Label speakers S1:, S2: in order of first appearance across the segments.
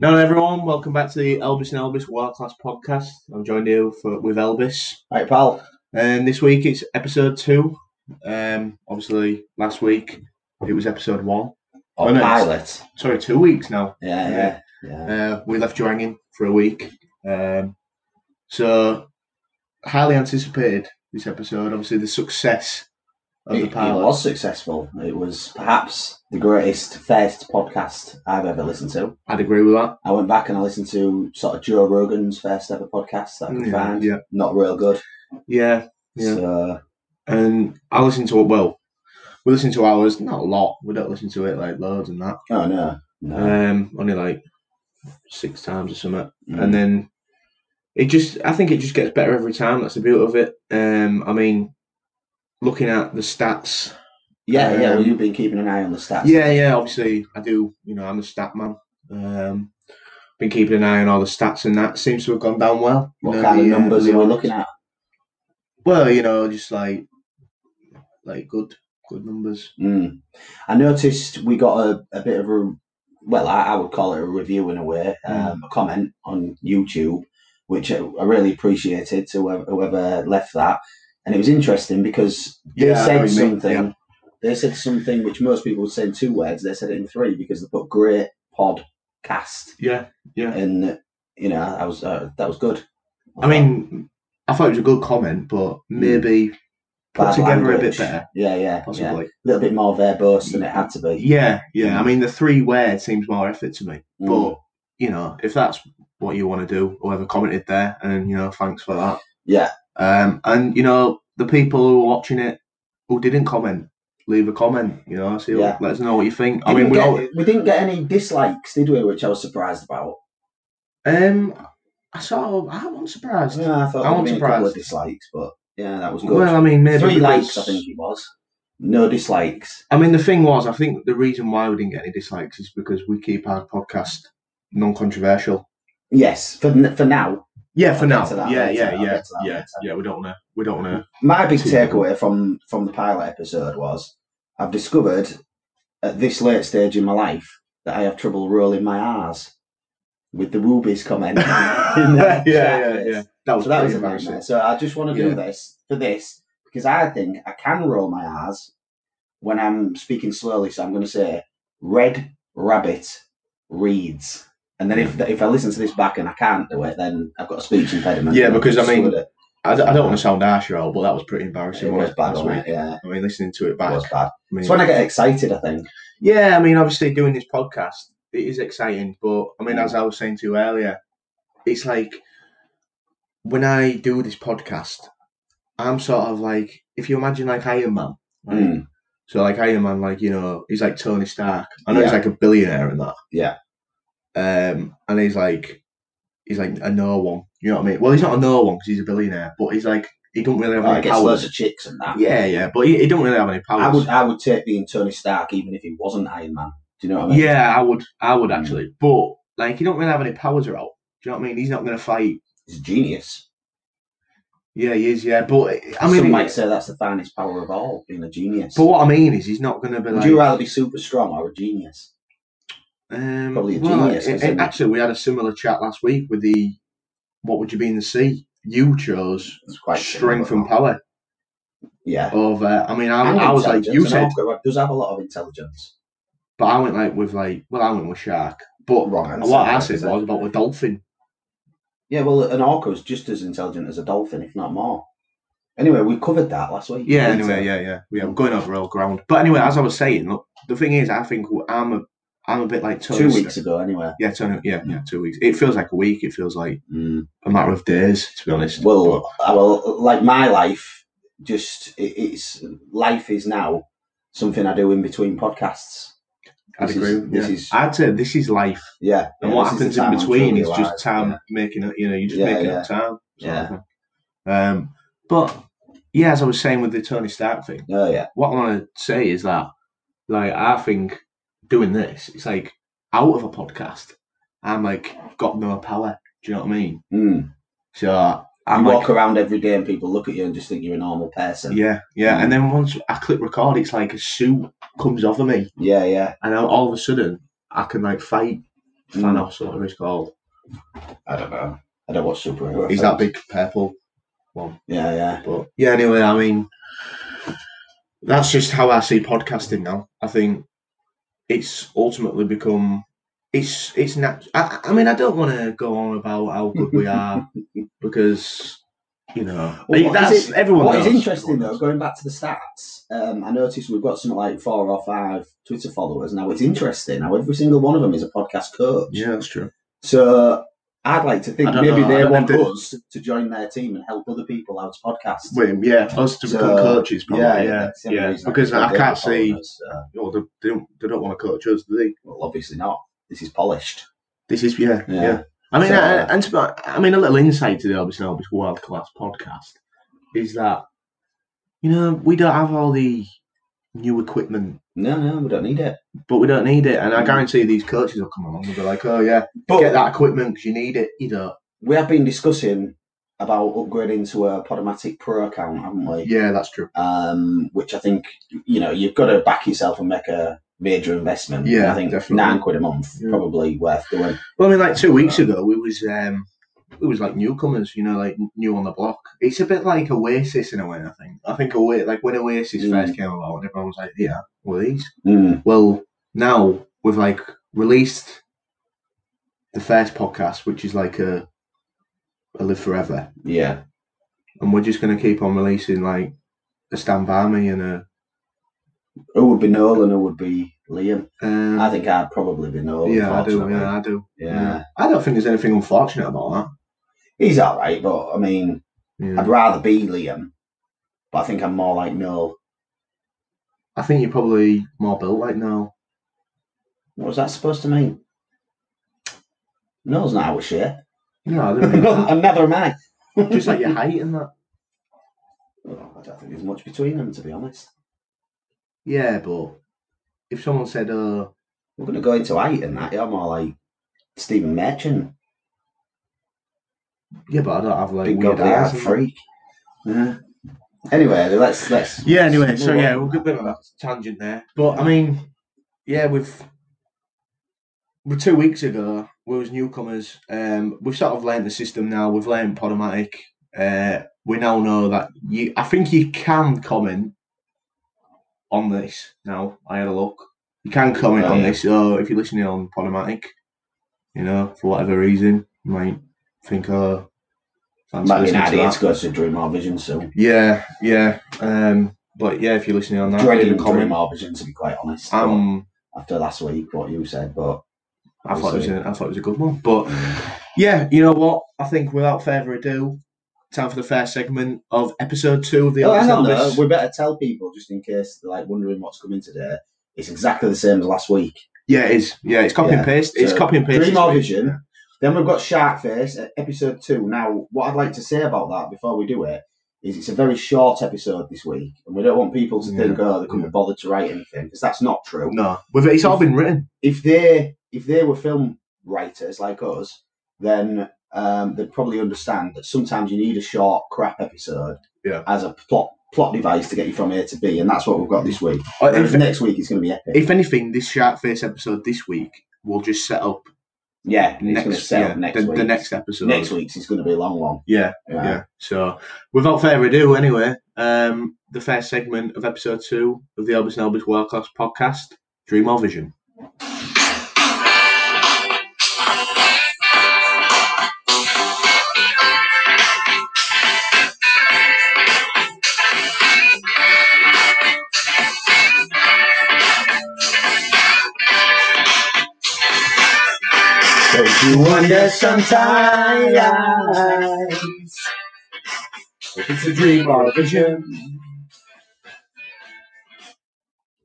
S1: Now then, everyone, welcome back to the Elvis and Elvis World Class Podcast. I'm joined here for, with Elvis,
S2: Right, pal.
S1: and this week it's episode two. Um, obviously, last week it was episode one.
S2: Or
S1: Well, no, it's-
S2: Oh, pilot.
S1: Sorry, two weeks now.
S2: Yeah, yeah, yeah.
S1: Uh, we left you hanging for a week. Um, so highly anticipated this episode. Obviously, the success of
S2: It,
S1: the
S2: it
S1: pilot.
S2: was successful. It was perhaps the greatest first podcast I've ever listened to.
S1: I'd agree with that.
S2: I went back and I listened to sort of Joe Rogan's first ever podcast that I could
S1: Yeah,
S2: find.
S1: yeah.
S2: Not real good.
S1: Yeah, Yeah.
S2: So,
S1: and I listen to it. Well, we listen to ours not a lot. We don't listen to it like loads and that.
S2: oh no, no.
S1: Um, only like six times or something.
S2: Mm.
S1: and then it just I think it just gets better every time. That's the beauty of it. Um, I mean, looking at the stats,
S2: yeah, yeah. Well,
S1: um,
S2: you've been keeping an eye on the stats.
S1: yeah, yeah, obviously I do. You know, I'm a stat man. Um, been keeping an eye on all the stats, and that seems to have gone down well. You
S2: What
S1: know,
S2: kind of
S1: the, uh,
S2: numbers
S1: the
S2: are we
S1: odds.
S2: looking at?
S1: Well, you know, just like like good good numbers.
S2: Mm. I noticed we got a, a bit of a, well, I, I would call it a review in a way,
S1: Mm.
S2: um, a comment on YouTube, which I, I really appreciated to whoever, whoever left that. And it was interesting because they
S1: Yeah, I know
S2: said
S1: what you mean,
S2: something.
S1: yeah.
S2: They said something which most people would say in two words. They said it in three because they put great podcast.
S1: Yeah, yeah.
S2: And, you know, I was uh, that was good.
S1: I mean, I thought it was a good comment, but maybe put
S2: Hmm. Bad
S1: together a bit
S2: language.
S1: better,
S2: Yeah, yeah. yeah.
S1: possibly.
S2: A little bit more verbose than it had to be.
S1: Yeah, yeah. I mean, the three where seems more effort to me.
S2: Mm.
S1: But you know, if that's what you want to do, whoever commented there, and you know, thanks for that.
S2: Yeah.
S1: Um, and you know, the people who are watching it who didn't comment, leave a comment. You know, see,
S2: Yeah.
S1: let us know what you think. I mean,
S2: Didn't
S1: we
S2: get-
S1: all.
S2: we didn't get any dislikes, did we? Which I was surprised about.
S1: Um, I sort of, I am surprised.
S2: Yeah, I thought
S1: I
S2: there'd
S1: wasn't
S2: be a couple of
S1: surprised.
S2: dislikes, but yeah, that was good.
S1: well, I mean, maybe
S2: Three
S1: because-
S2: likes, I think it was. No dislikes.
S1: I mean, the thing was, I think the reason why we didn't get any dislikes is because we keep our podcast non-controversial.
S2: Yes, for n- for now.
S1: Yeah, for
S2: I'll get
S1: now.
S2: to that
S1: Yeah,
S2: later,
S1: yeah,
S2: I'll
S1: yeah,
S2: get to that
S1: yeah,
S2: later.
S1: yeah. We don't want to. We don't want to.
S2: My big
S1: Two.
S2: takeaway from from the pilot episode was I've discovered at this late stage in my life that I have trouble rolling my R's with the rubies comment. in
S1: yeah,
S2: the
S1: yeah,
S2: chat.
S1: yeah. That was
S2: Oh, So that
S1: pretty
S2: was a
S1: embarrassing.
S2: nightmare. So I just want to do
S1: Yeah.
S2: this for this because I think I can roll my R's when I'm speaking slowly. So I'm going to say red rabbit reads. And then if
S1: Mm-hmm.
S2: if I listen to this back and I can't do it, then I've got a speech impediment.
S1: Yeah, because, I mean,
S2: Slurred it.
S1: I, d- I don't want to sound harsh, all, but that was pretty embarrassing.
S2: it was
S1: wasn't
S2: bad,
S1: last
S2: wasn't
S1: week?
S2: it? Yeah,
S1: I mean, listening to it
S2: it
S1: back.
S2: was bad.
S1: I mean-
S2: It's when I get excited, I think.
S1: yeah, I mean, obviously doing this podcast, it is exciting, but I mean,
S2: Mm.
S1: as I was saying to you earlier, it's like when I do this podcast, I'm sort of like if you imagine like Iron Man. right?
S2: Mm.
S1: So like Iron Man, like you know, he's like Tony Stark. I know he's
S2: Yeah.
S1: like a billionaire and that.
S2: Yeah.
S1: Um, and he's like, he's like a no one. You know what I mean? Well, he's not a no one because he's a billionaire, but he's like he don't really have
S2: Oh, I
S1: any
S2: get loads
S1: powers.
S2: of chicks and that.
S1: Yeah, yeah, but he, he don't really have any powers.
S2: I would I would take being Tony Stark even if he wasn't Iron Man. Do you know what I mean?
S1: Yeah, I would. I
S2: Hmm.
S1: would actually. But like, he don't really have any powers at all. Do you know what I mean? He's not going to fight.
S2: He's a genius.
S1: Yeah, he is. Yeah, but I mean,
S2: Some might say that's the finest power of all, being a genius.
S1: but what I mean is, he's not going to be
S2: Would
S1: like.
S2: you rather be super strong or a genius?
S1: um,
S2: probably a
S1: well,
S2: genius,
S1: it- it-
S2: isn't he?
S1: actually, we had a similar chat last week with the. What would you be in the sea? You chose
S2: It's quite
S1: strength
S2: similar.
S1: and power
S2: yeah.
S1: over. I mean, I,
S2: And
S1: I was like, you
S2: intelligence, and
S1: said,
S2: Aquaman does have a lot of intelligence.
S1: but I went like with like, well, I went with shark, but
S2: Wrong answer.
S1: what I said
S2: Is that-
S1: was about the dolphin.
S2: Yeah, well, an orca is just as intelligent as a dolphin, if not more. Anyway, we covered that last week.
S1: Yeah,
S2: Later.
S1: anyway, yeah, yeah. Yeah, I'm going over old ground. But anyway, as I was saying, look, the thing is, I think I'm a, I'm a bit like Tony.
S2: Two
S1: Stark.
S2: weeks ago, anyway.
S1: Yeah, Tony, yeah, yeah, two weeks. It feels like a week. It feels like
S2: Mm.
S1: a matter of days, to be honest.
S2: Well, I will, like my life, just it, it's life is now something I do in between podcasts.
S1: But I'd
S2: this
S1: agree.
S2: is-
S1: with-
S2: this
S1: yeah.
S2: is-
S1: I'd say this is life,
S2: Yeah,
S1: and
S2: yeah,
S1: what
S2: this is
S1: happens
S2: the
S1: in
S2: time I'm
S1: between
S2: truly
S1: is
S2: alive,
S1: just time
S2: yeah.
S1: making it. You know, you're just
S2: Yeah,
S1: making
S2: yeah.
S1: up time. sort of
S2: Yeah.
S1: thing. Um, but yeah, as I was saying with the Tony Stark thing,
S2: Oh yeah,
S1: what I want to say is that, like, I think doing this, it's like out of a podcast, I'm like got no power. Do you know what I mean?
S2: Mm.
S1: So
S2: You
S1: I'm like,
S2: walk around every day and people look at you and just think you're a normal person. Yeah,
S1: yeah, yeah. And then once I click record, it's like a suit comes off of me,
S2: yeah. yeah.
S1: and I, all of a sudden I can like fight. Thanos, or whatever he's called.
S2: I don't know. I don't watch superhero.
S1: He's that
S2: films.
S1: big purple.
S2: Yeah, yeah.
S1: But yeah, anyway, I mean, that's just how I see podcasting now. I think it's ultimately become it's it's nat- I, I mean, I don't want to go on about how good we are because you know
S2: Well, what
S1: that's
S2: is it-
S1: everyone.
S2: What is
S1: knows.
S2: interesting
S1: Everyone
S2: though,
S1: knows.
S2: going back to the stats, um, I noticed we've got something like four or five Twitter followers now. It's interesting how every single one of them is a podcast coach.
S1: Yeah, that's true.
S2: So I'd like to think
S1: I don't
S2: maybe
S1: know, I
S2: they
S1: don't
S2: want
S1: know if they-
S2: us to join their team and help other people out to podcast.
S1: Wait, yeah, us to
S2: So,
S1: become coaches, probably. Yeah, yeah,
S2: that's the only reason
S1: because
S2: think
S1: I
S2: they
S1: can't
S2: follow
S1: see.
S2: us. Uh,
S1: You know, they, they don't. They don't want to coach us, do they?
S2: well, obviously not. This is polished.
S1: This is yeah,
S2: Yeah.
S1: yeah. I mean,
S2: So-
S1: uh, and to, be- I mean, a little insight to the Elvis and Elvis World Class podcast is that you know we don't have all the new equipment,
S2: No, no, we don't need it.
S1: but we don't need it, and I
S2: Mm.
S1: guarantee these coaches will come along and be like, oh yeah,
S2: But
S1: get that equipment because you need it. You know,
S2: we have been discussing about upgrading to a Podomatic Pro account, haven't we?
S1: yeah, that's true.
S2: um, which I think you know you've got to back yourself and make a major investment.
S1: Yeah,
S2: I think
S1: definitely.
S2: nine quid a month
S1: Yeah.
S2: probably worth doing.
S1: Well, I mean, like two weeks ago, we was um, we was like newcomers, you know, like new on the block. It's a bit like Oasis in a way. I think. I think Oasis, like when Oasis
S2: Mm.
S1: first came about, and everyone was like, "Yeah, well, these."
S2: Mm.
S1: Well, now we've like released the first podcast, which is like a a live forever,
S2: Yeah,
S1: and we're just gonna keep on releasing like a Stand By Me and a.
S2: who would be Nolan? Who would be Liam?
S1: Um,
S2: I think I'd probably be Nolan.
S1: Yeah, I do.
S2: fortunately.
S1: Yeah, I do.
S2: Yeah.
S1: I don't think there's anything unfortunate about that.
S2: he's all right, but I mean,
S1: Yeah.
S2: I'd rather be Liam. But I think I'm more like Noel.
S1: I think you're probably more built like now.
S2: What was that supposed to mean? Noel's not our shit,
S1: No, I don't mean that.
S2: and neither am I.
S1: just like your height and that.
S2: Well, Oh, I don't think there's much between them, to be honest.
S1: Yeah, but if someone said, "Uh,
S2: We're going to go into height and that. You're more like Stephen Merchant.
S1: yeah, but I don't have like
S2: Big
S1: weird
S2: gobbly
S1: eyes,"
S2: eyed
S1: and that.
S2: freak. Yeah. Anyway, let's let's.
S1: Yeah. Anyway, so
S2: move
S1: yeah,
S2: on.
S1: we'll get a bit of a tangent there. But I mean, yeah, we've we two weeks ago we was newcomers. Um, we've sort of learned the system now. We've learned Podomatic. Uh, we now know that you. I think you can comment on this now. I had a look. You can comment
S2: Oh,
S1: on
S2: yeah.
S1: this. So if you're listening on Podomatic, you know, for whatever reason, you might think, oh, fancy
S2: Might be an
S1: listening to
S2: idea
S1: that.
S2: to go to Dream Our Vision soon.
S1: Yeah, yeah. Um, but yeah, if you're listening on that, leave
S2: Dreading
S1: a
S2: Dream
S1: comment.
S2: Our Vision, to be quite honest.
S1: Um,
S2: but after last week, what you said, but
S1: I thought it was a, I thought it was a good one, but yeah, you know what? I think without further ado, time for the first segment of episode two of the
S2: oh,
S1: Elvis
S2: hang on, though.
S1: Elvis.
S2: we better tell people just in case they're like wondering what's coming today. It's exactly the same as last week.
S1: Yeah, it is. Yeah, it's copy
S2: Yeah,
S1: and paste. It's
S2: so
S1: copy and paste.
S2: Dream
S1: this
S2: Our
S1: week.
S2: Vision. Then we've got Shark Face, uh, episode two. Now, what I'd like to say about that before we do it is it's a very short episode this week, and we don't want people to
S1: Yeah.
S2: think, oh, they couldn't
S1: Yeah.
S2: be bothered to write anything, because that's not true.
S1: No, with it, it's all been written.
S2: If they if they were film writers like us, then um, they'd probably understand that sometimes you need a short crap episode
S1: Yeah.
S2: as a plot plot device to get you from A to B, and that's what we've got this week.
S1: Uh,
S2: Whereas
S1: If,
S2: next week is going to be epic.
S1: if anything, this shark face episode this week will just set up
S2: yeah, it's going to
S1: next,
S2: sell
S1: yeah,
S2: next
S1: the,
S2: week.
S1: the next episode.
S2: next week's is going to be a long one.
S1: Yeah,
S2: Yeah.
S1: yeah. So, without further ado, anyway, um, the first segment of episode two of the Elvis and Elvis World Class podcast, Dream or Vision.
S2: Don't you wonder sometimes if it's a dream or a vision?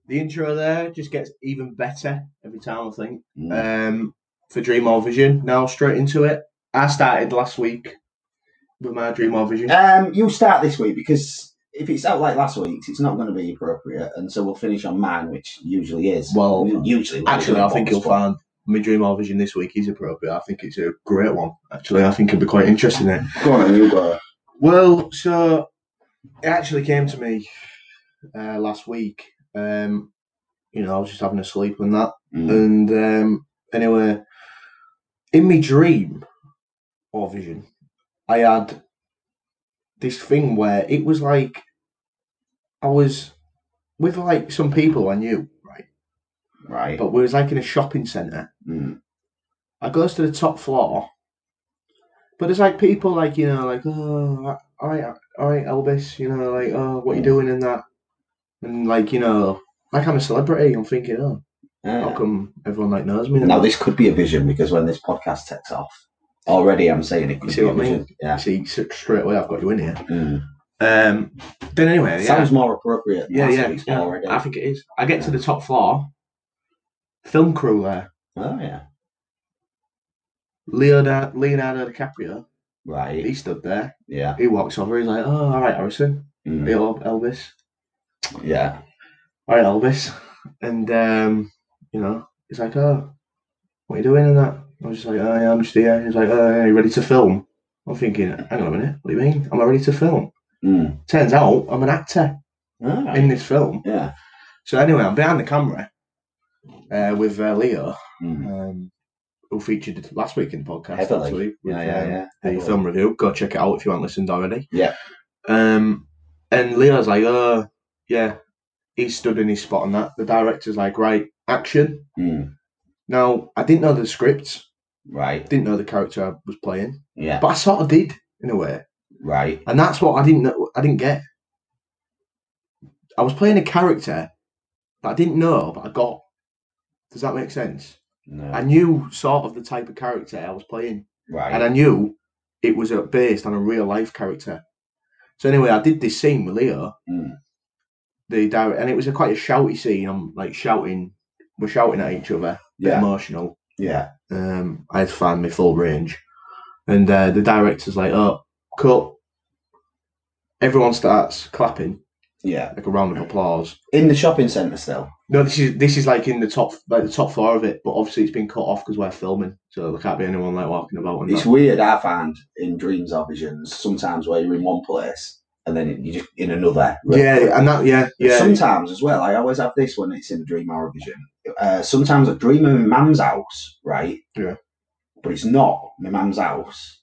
S1: The intro there just gets even better every time, I think. Um, for Dream or Vision, now straight into it. I started last week with my Dream or Vision.
S2: Um, you start this week because if it's out like last week's, it's not going to be appropriate, and so we'll finish on mine, which usually is.
S1: Well,
S2: usually, what
S1: Actually, I
S2: we're
S1: think
S2: doing
S1: you'll
S2: is what-
S1: find my Dream or Vision this week is appropriate. I think it's a great one. Actually, I think it'll be quite interesting. There.
S2: Go on, then, you go.
S1: Well, so it actually came to me uh, last week.
S2: Hmm.
S1: Um, you know, I was just having a sleep and that,
S2: Mm.
S1: and um, anyway, in my dream or vision, I had this thing where it was like I was with like some people I knew, right?
S2: Right.
S1: But we was like in a shopping centre.
S2: Mm.
S1: I goes to the top floor, but there's like people like you know like oh all right all right Elvis you know like oh what you doing in that and like you know like I'm a celebrity I'm thinking oh how
S2: Yeah.
S1: come everyone like knows me
S2: Ah. Now this could be a vision because when this podcast takes off, already I'm saying it could
S1: See
S2: be a
S1: what I mean?
S2: vision. Yeah.
S1: see s- straight away I've got you in here
S2: Mm.
S1: um then anyway yeah.
S2: Sounds more appropriate. than
S1: yeah,
S2: last
S1: yeah,
S2: week's
S1: yeah.
S2: already.
S1: I think it is. I get to the top floor. Film crew there.
S2: Oh yeah.
S1: Leonardo, Leonardo DiCaprio.
S2: Right.
S1: He stood there.
S2: Yeah.
S1: He walks over. He's like, "Oh, all right, Harrison.
S2: Mm.
S1: Hey, El- Elvis.
S2: Yeah.
S1: All right, Elvis." And um, you know, he's like, "Oh, what are you doing?" And that. I was just like, "Oh, yeah, I'm just here." He's like, "Oh, yeah, are you ready to film?" I'm thinking, "Hang on a minute. What do you mean? Am I ready to film?"
S2: Mm.
S1: Turns out I'm an actor
S2: Alright.
S1: in this film.
S2: Yeah.
S1: So anyway, I'm behind the camera uh, with uh, Leo.
S2: Mm.
S1: um, who featured last week in the podcast.
S2: Heavily.
S1: actually, with,
S2: Yeah, yeah,
S1: um,
S2: yeah.
S1: The
S2: Heavily.
S1: film review. Go check it out if you haven't listened already.
S2: Yeah.
S1: Um, and Leo's like, oh, yeah, he stood in his spot on that. The director's like, right, action.
S2: Mm.
S1: Now, I didn't know the script,
S2: Right.
S1: didn't know the character I was playing,
S2: Yeah.
S1: but I sort of did in a way,
S2: Right.
S1: and that's what I didn't know. I didn't get. I was playing a character that I didn't know, but I got. Does that make sense?
S2: No.
S1: I knew sort of the type of character I was playing.
S2: right.
S1: and I knew it was uh, based on a real life character. So anyway, I did this scene with Leo,
S2: Mm.
S1: the director, and it was a quite a shouty scene. I'm like shouting, we're shouting at each other, a bit
S2: Yeah.
S1: emotional.
S2: Yeah.
S1: Um, I had to find my full range, and uh, the director's like, "Oh, cut!" Everyone starts clapping
S2: Yeah.
S1: like a round of applause.
S2: In the shopping centre still.
S1: No, this is this is like in the top like the top floor of it, but obviously it's been cut off because we're filming, so there can't be anyone like walking about. And
S2: It's
S1: that.
S2: weird, I find, in dreams or visions, sometimes where you're in one place and then you're just in another.
S1: yeah, and that yeah yeah
S2: Sometimes as well, I always have this when it's in a dream or a vision. Uh, sometimes I dream of my mum's house, right?
S1: Yeah.
S2: But it's not my mum's house.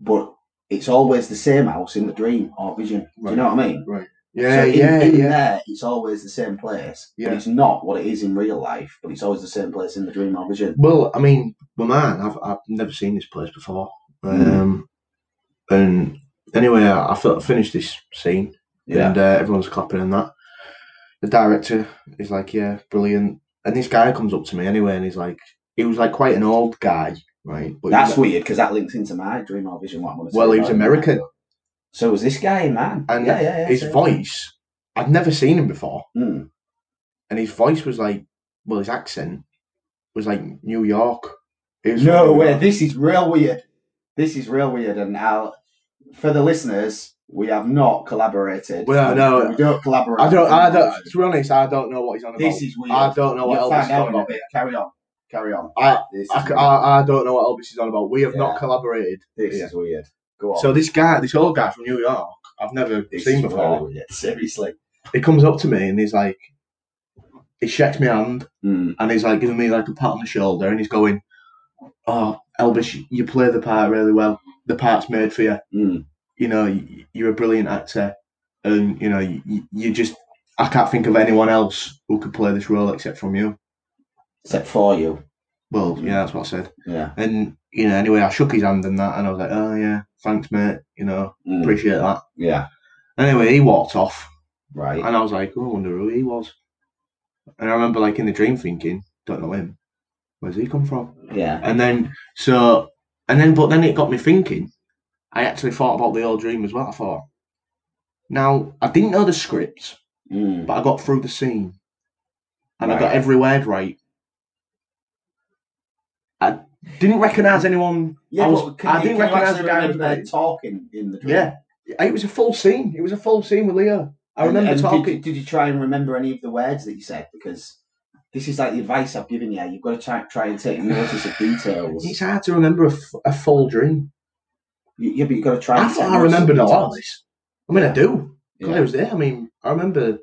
S2: But it's always the same house in the dream or vision. Do you know what I mean?
S1: yeah
S2: so in,
S1: yeah
S2: in
S1: yeah.
S2: there, it's always the same place.
S1: Yeah.
S2: But it's not what it is in real life, but it's always the same place in the dream or vision.
S1: Well, I mean, well, man, I've I've never seen this place before.
S2: Hmm.
S1: Um, And anyway, I, I fi- finished this scene,
S2: Yeah.
S1: and uh, everyone's clapping and that. The director is like, "Yeah, brilliant." And this guy comes up to me anyway, and he's like, he was like quite an old guy, right? But he
S2: That's
S1: was,
S2: weird because that links into my dream or vision. What I'm going to
S1: well, he was American,
S2: So was this guy, man.
S1: and
S2: yeah, yeah, yeah,
S1: his
S2: same.
S1: voice, I'd never seen him before,
S2: Hmm.
S1: and his voice was like, well, his accent was like New York. It was
S2: No
S1: from New
S2: way.
S1: York.
S2: This is real weird. This is real weird. And now, for the listeners, we have not collaborated.
S1: Well, no.
S2: we don't collaborate.
S1: I don't, I don't. To be honest, I don't know what he's on about.
S2: This is weird.
S1: I don't know what
S2: You'll
S1: Elvis
S2: find
S1: is
S2: out
S1: on
S2: about
S1: about.
S2: it. Carry on. Carry on.
S1: I-
S2: this is
S1: I, c-
S2: weird.
S1: I- I don't know what Elvis is on about. We have not
S2: Yeah.
S1: collaborated.
S2: this
S1: yeah.
S2: is weird. Go on.
S1: So this guy, this old guy from New York, I've never
S2: this
S1: seen
S2: is
S1: before.
S2: really weird. Seriously.
S1: He comes up to me and he's like, he shakes my hand
S2: Mm.
S1: and he's like giving me like a pat on the shoulder and he's going, "Oh, Elvis, you play the part really well. The part's made for you.
S2: Mm.
S1: You know, y- you're a brilliant actor, and you know, you, you just." I can't think of anyone else who could play this role except from you.
S2: Except for you.
S1: Well, yeah, that's what I said.
S2: Yeah.
S1: And you know, anyway, I shook his hand and that, and I was like, "Oh yeah, thanks, mate. You know,
S2: Mm.
S1: appreciate that."
S2: Yeah.
S1: Anyway, he walked off,
S2: Right.
S1: and I was like, "Oh, I wonder who he was." And I remember, like in the dream, thinking, "Don't know him. Where's he come from?"
S2: yeah.
S1: And then so, and then, but then it got me thinking. I actually thought about the old dream as well. I thought, now I didn't know the script,
S2: Mm.
S1: but I got through the scene, and I
S2: Right.
S1: got every word right. I didn't recognise anyone.
S2: Yeah,
S1: I was-
S2: but can
S1: I
S2: you-
S1: didn't
S2: can you
S1: recognise
S2: actually
S1: the guy
S2: remember
S1: with the-
S2: them talking in the dream.
S1: Yeah, it was a full scene. It was a full scene with Leo. I
S2: And-
S1: remember
S2: and did-
S1: talking.
S2: Did, you try and remember any of the words that you said? Because this is like the advice I've given you. You've got to try, try and take notice of details.
S1: It's hard to remember a, f- a full dream.
S2: You- yeah, but you've got to try.
S1: I
S2: and take
S1: thought I
S2: notice of
S1: remembered a lot of
S2: details.
S1: this. I mean, I do. 'cause I
S2: Yeah.
S1: was there. I mean, I remember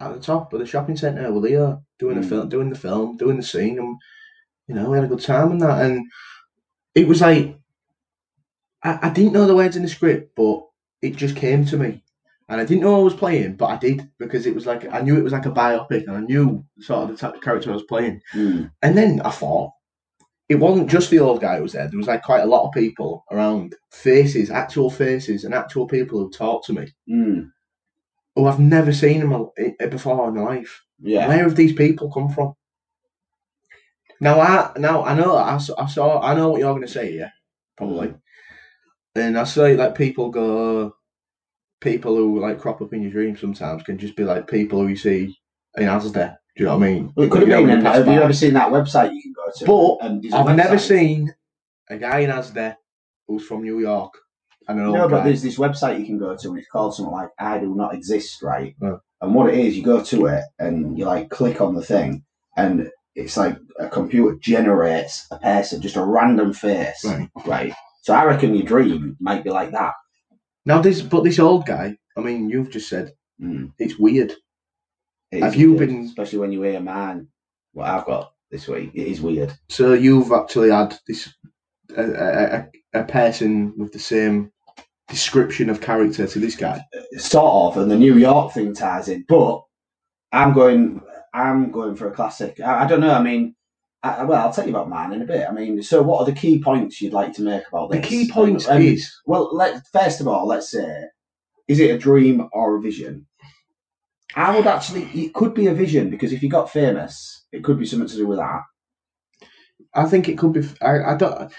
S1: at the top of the shopping centre with Leo doing the
S2: Mm.
S1: film, doing the film, doing the scene, and you know, we had a good time and that. And it was like I, I didn't know the words in the script, but it just came to me. And I didn't know I was playing, but I did because it was like I knew it was like a biopic, and I knew sort of the type of character I was playing.
S2: Mm.
S1: And then I thought it wasn't just the old guy who was there. There was like quite a lot of people around, faces, actual faces, and actual people who talked to me
S2: Mm.
S1: who I've never seen in my, i- before in my life.
S2: Yeah.
S1: Where have these people come from? Now I now I know I, s- I saw I know what you're going to say, yeah, probably.
S2: Mm.
S1: And I saw like people go, people who like crop up in your dreams sometimes can just be like people who you see in Asda. Do you know what I mean?
S2: Well, it could have
S1: You know,
S2: been.
S1: when
S2: An,
S1: you pass
S2: have you
S1: by.
S2: ever seen that website you can go to?
S1: But
S2: Um, there's a
S1: I've never
S2: website.
S1: seen a guy in Asda who's from New York and an old
S2: No, but
S1: guy.
S2: there's this website you can go to, and it's called something like "I Do Not Exist," right?
S1: Yeah.
S2: And what it is, you go to it, and you like click on the thing, and it's like a computer generates a person, just a random face,
S1: Right.
S2: right? So I reckon your dream might be like that.
S1: Now this, but this old guy. I mean, you've just said
S2: Mm.
S1: it's weird.
S2: It
S1: Have
S2: is
S1: you
S2: weird,
S1: been-
S2: especially when you hear mine? What I've got this week, it is weird.
S1: So you've actually had this a, a, a a person with the same description of character to this guy.
S2: sort of, and the New York thing ties in. But I'm going, I'm going for a classic. I, I don't know. I mean, I, I- well, I'll tell you about mine in a bit. I mean, so what are the key points you'd like to make about
S1: The
S2: this?
S1: key point
S2: Um,
S1: is
S2: well, let first of all, let's say, is it a dream or a vision? I would actually, it could be a vision because if you got famous, it could be something to do with that.
S1: I think it could be. I, I don't.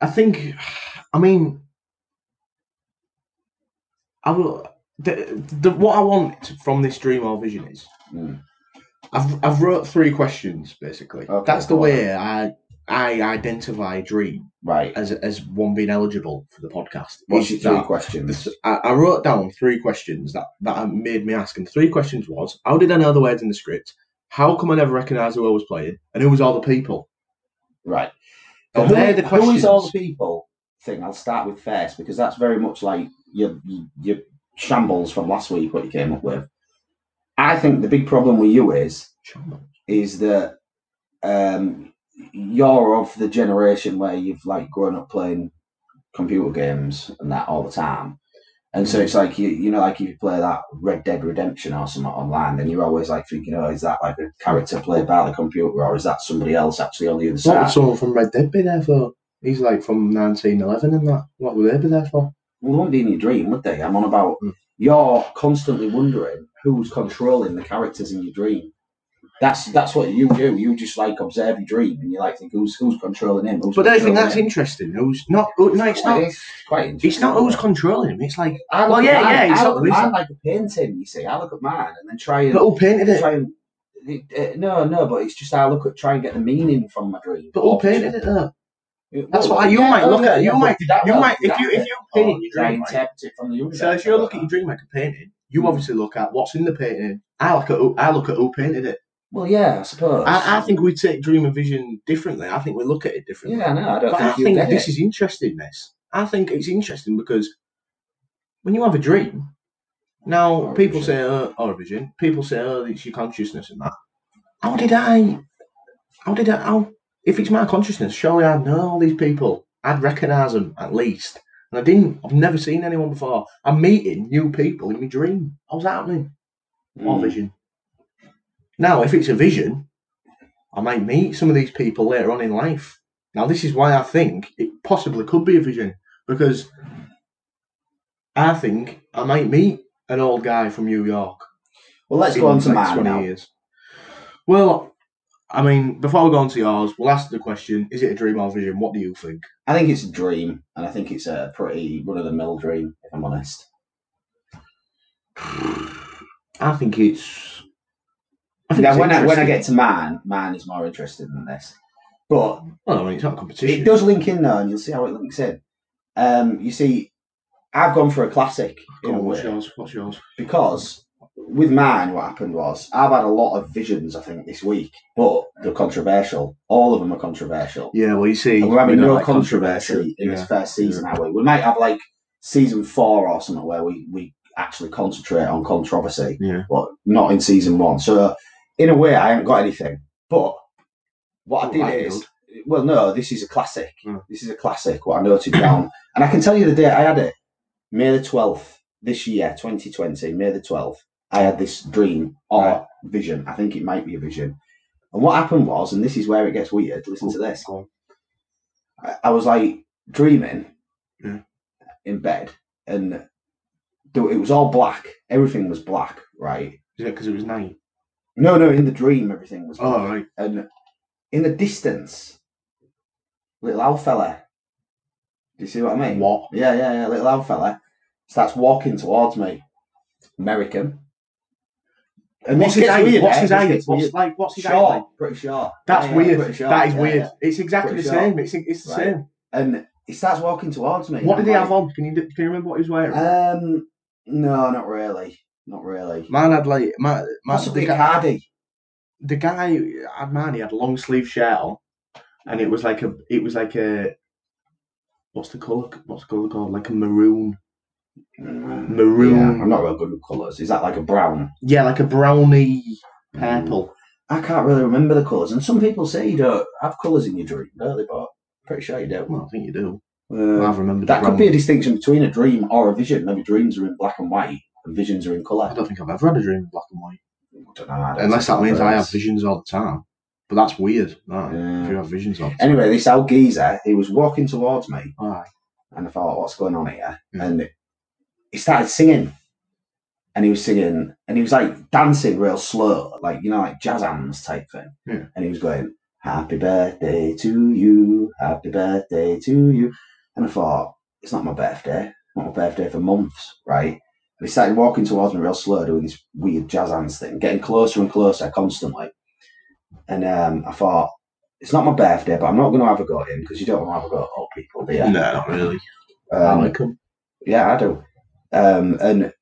S1: I think. I mean, I will. The, the what I want from this dream or vision is
S2: Mm.
S1: I've I've wrote three questions basically.
S2: Okay,
S1: That's the
S2: go on.
S1: way I I identify dream
S2: Right.
S1: as as one being eligible for the podcast.
S2: What's
S1: Is
S2: your three
S1: that-
S2: questions?
S1: I, I wrote down three questions that, that made me ask, and the three questions was: How did I know the words in the script? How come I never recognised who I was playing? And who was all the people?
S2: Right.
S1: Now,
S2: who,
S1: they're the
S2: who is
S1: questions.
S2: all the people thing? I'll start with first because that's very much like your your shambles from last week. What you came up with. I think the big problem with you is is that um, you're of the generation where you've like grown up playing computer games and that all the time. And
S1: Mm.
S2: so it's like you, you know, like if you play that Red Dead Redemption or something online, then you're always like thinking, oh, is that like a character played by the computer, or is that somebody else actually on the other
S1: What
S2: side?
S1: would someone from Red Dead be there for? He's like from 1911 and that. What would they be there for?
S2: Well, they wouldn't be in your dream, would they? I'm on about
S1: Mm.
S2: you're constantly wondering who's controlling the characters in your dream. That's that's what you do. You just like observe your dream and you like think who's who's controlling him. Who's
S1: But I think
S2: controlling
S1: that's
S2: him.
S1: interesting. Who's not? oh, No, it's not.
S2: It's quite interesting.
S1: It's not
S2: isn't
S1: who's
S2: it?
S1: controlling him. It's like,
S2: I look
S1: Well,
S2: at
S1: yeah,
S2: mine-
S1: yeah,
S2: I look
S1: exactly.
S2: at mine like a painting. You see, I look at mine and then try and
S1: but who painted it?
S2: try and. eh, no, no, but it's just I look at try and get the meaning from my dream.
S1: But who painted it? Though?
S2: Well,
S1: That's why you
S2: oh,
S1: might look at- you might-
S2: did that
S1: You
S2: well,
S1: might,
S2: did
S1: if
S2: that
S1: you if
S2: bit,
S1: you
S2: or
S1: paint your
S2: did I
S1: dream, right?
S2: interpret it from the universe.
S1: So if
S2: I
S1: you
S2: don't
S1: look at
S2: know.
S1: your dream like a painting,
S2: Hmm.
S1: you obviously look at what's in the painting. I look at who, I look at who painted it.
S2: Well, yeah, I suppose.
S1: I, I think we take dream and vision differently. I think we look at it differently.
S2: Yeah, no, I don't
S1: but
S2: think
S1: I
S2: you
S1: think
S2: get
S1: this
S2: it.
S1: is interesting. This I think it's interesting because when you have a dream, now
S2: Or a
S1: people
S2: vision.
S1: say oh, or a vision. People say oh, it's your consciousness and that. How did I? How did I? How, if it's my consciousness, surely I know all these people. I'd recognise them at least. And I didn't. I've never seen anyone before. I'm meeting new people in my dream. How's that happening?
S2: Hmm.
S1: or
S2: Mm.
S1: vision. Now, if it's a vision, I might meet some of these people later on in life. Now, this is why I think it possibly could be a vision because I think I might meet an old guy from New York.
S2: Well, let's
S1: in,
S2: go on to
S1: like,
S2: mine now.
S1: years. Well, I mean, before we go on to yours, we'll ask the question: Is it a dream or vision? What do you think?
S2: I think it's a dream, and I think it's a pretty run of the mill dream, if I'm honest.
S1: I think it's. I think
S2: Now,
S1: it's
S2: when I, when I
S1: interesting.
S2: get to mine, mine is more interested than this. But
S1: well, I mean, it's not a competition.
S2: it does link in, though, and you'll see how it links in. Um, you see, I've gone for a classic in
S1: Go
S2: a
S1: on, what's
S2: way.
S1: yours? What's yours?
S2: because with mine, what happened was I've had a lot of visions. I think this week, but they're controversial. All of them are controversial.
S1: Yeah, well, you see,
S2: And we're having
S1: we don't
S2: no
S1: like
S2: controversy in
S1: Yeah.
S2: this first season, are we? We might have like season four or something where we we actually concentrate on controversy,
S1: Yeah.
S2: but not uh, in season one. So in a way, I haven't got anything. But what I
S1: Oh,
S2: did
S1: I
S2: is. well, no, this is a classic.
S1: Mm.
S2: This is a classic. What I noted down, and I can tell you the date I had it, May the twelfth this year, twenty twenty, May the twelfth. I had this dream or
S1: Right.
S2: vision. I think it might be a vision. And what happened was, and this is where it gets weird. Listen to this.
S1: Go on.
S2: I, I was like dreaming
S1: Yeah.
S2: in bed, and there, it was all black. Everything was black, right?
S1: Is it because it was night?
S2: No, no. In the dream, everything was black.
S1: Oh, right.
S2: And in the distance, little owl fella. Do you see what I mean?
S1: What?
S2: Yeah, yeah, yeah. Little owl fella starts walking towards me. American.
S1: And what's
S2: this
S1: his
S2: gets
S1: height?
S2: weird,
S1: what's
S2: eh?
S1: his
S2: This
S1: height?
S2: gets
S1: What's
S2: weird.
S1: like? What's his height?
S2: Short,
S1: like?
S2: pretty short.
S1: That's
S2: Yeah, yeah,
S1: weird.
S2: pretty short,
S1: that is
S2: yeah,
S1: weird.
S2: yeah.
S1: It's exactly
S2: Pretty
S1: the
S2: sure.
S1: same. It's it's the
S2: Right.
S1: same.
S2: And he starts walking towards me.
S1: What
S2: and
S1: did he
S2: I'm
S1: have on? Can you can you remember what he was wearing?
S2: like, Um, no, not really, not really.
S1: Man had like my, my
S2: Possibly
S1: the,
S2: a
S1: guy,
S2: Cardi.
S1: the guy had man he had a long sleeve shirt on, and it was like a it was like a what's the color what's the color called like a maroon
S2: Mm, Yeah,
S1: maroon yeah,
S2: I'm not real good with colours. Is that like a brown?
S1: like a brownie purple.
S2: I can't really remember the colours. And some people say you don't have colours in your dream, don't they? But pretty sure you do.
S1: Well, I think you do.
S2: Uh,
S1: I've remembered
S2: that
S1: it
S2: could
S1: wrong.
S2: be a distinction between a dream or a vision. Maybe dreams are in black and white and visions are in
S1: I
S2: colour.
S1: don't think I've ever had a dream in black and white,
S2: Don't know, I don't
S1: unless
S2: think
S1: that means
S2: there
S1: I
S2: is.
S1: have visions all the time. But that's weird. That, If you
S2: Yeah.
S1: have visions all the Ah, time.
S2: Anyway, this old geezer, he was walking towards me
S1: Alright.
S2: and I thought, what's going on here?
S1: Yeah.
S2: And he started singing. And he was singing, and he was like dancing real slow, like you know, like jazz hands type thing.
S1: Yeah.
S2: And he was going, "Happy birthday to you, happy birthday to you." And I thought, it's not my birthday, not my birthday for months, right? And he started walking towards me real slow, doing this weird jazz hands thing, getting closer and closer constantly. And um, I thought, it's not my birthday, but I'm not going to have a go at him because you don't want to have a go at old people, do you?
S1: No, not really. I
S2: Um,
S1: like 'em.
S2: yeah, I do. Um, and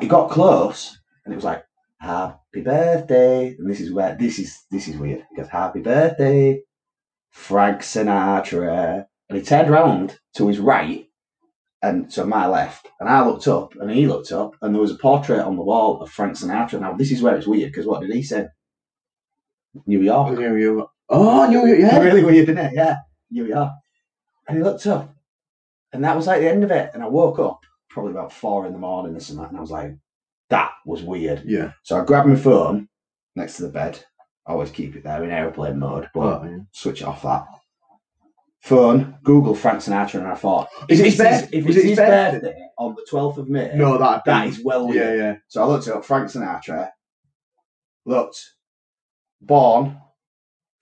S2: it got close, and it was like "Happy Birthday," and this is where this is this is weird because "Happy Birthday, Frank Sinatra," and he turned round to his right, and to my left, and I looked up, and he looked up, and there was a portrait on the wall of Frank Sinatra. Now this is where it's weird because what did he say? New
S1: Oh,
S2: York.
S1: New York. Oh, New York, yeah.
S2: Really weird, isn't it? Yeah, New York. And he looked up, and that was like the end of it. And I woke up probably about four in the morning or something, and I was like, that was weird.
S1: Yeah.
S2: So I grabbed my phone next to the bed. I always keep it there in airplane mode, but
S1: Oh, yeah.
S2: switch it off that. Phone, Google Frank Sinatra, and I thought,
S1: Is
S2: if
S1: it his
S2: it's
S1: birth-
S2: If
S1: is
S2: it's
S1: it his
S2: his
S1: birthday?
S2: birthday, on the 12th of May,
S1: No, that
S2: that is well weird.
S1: yeah, yeah.
S2: So I looked up Frank Sinatra, looked, born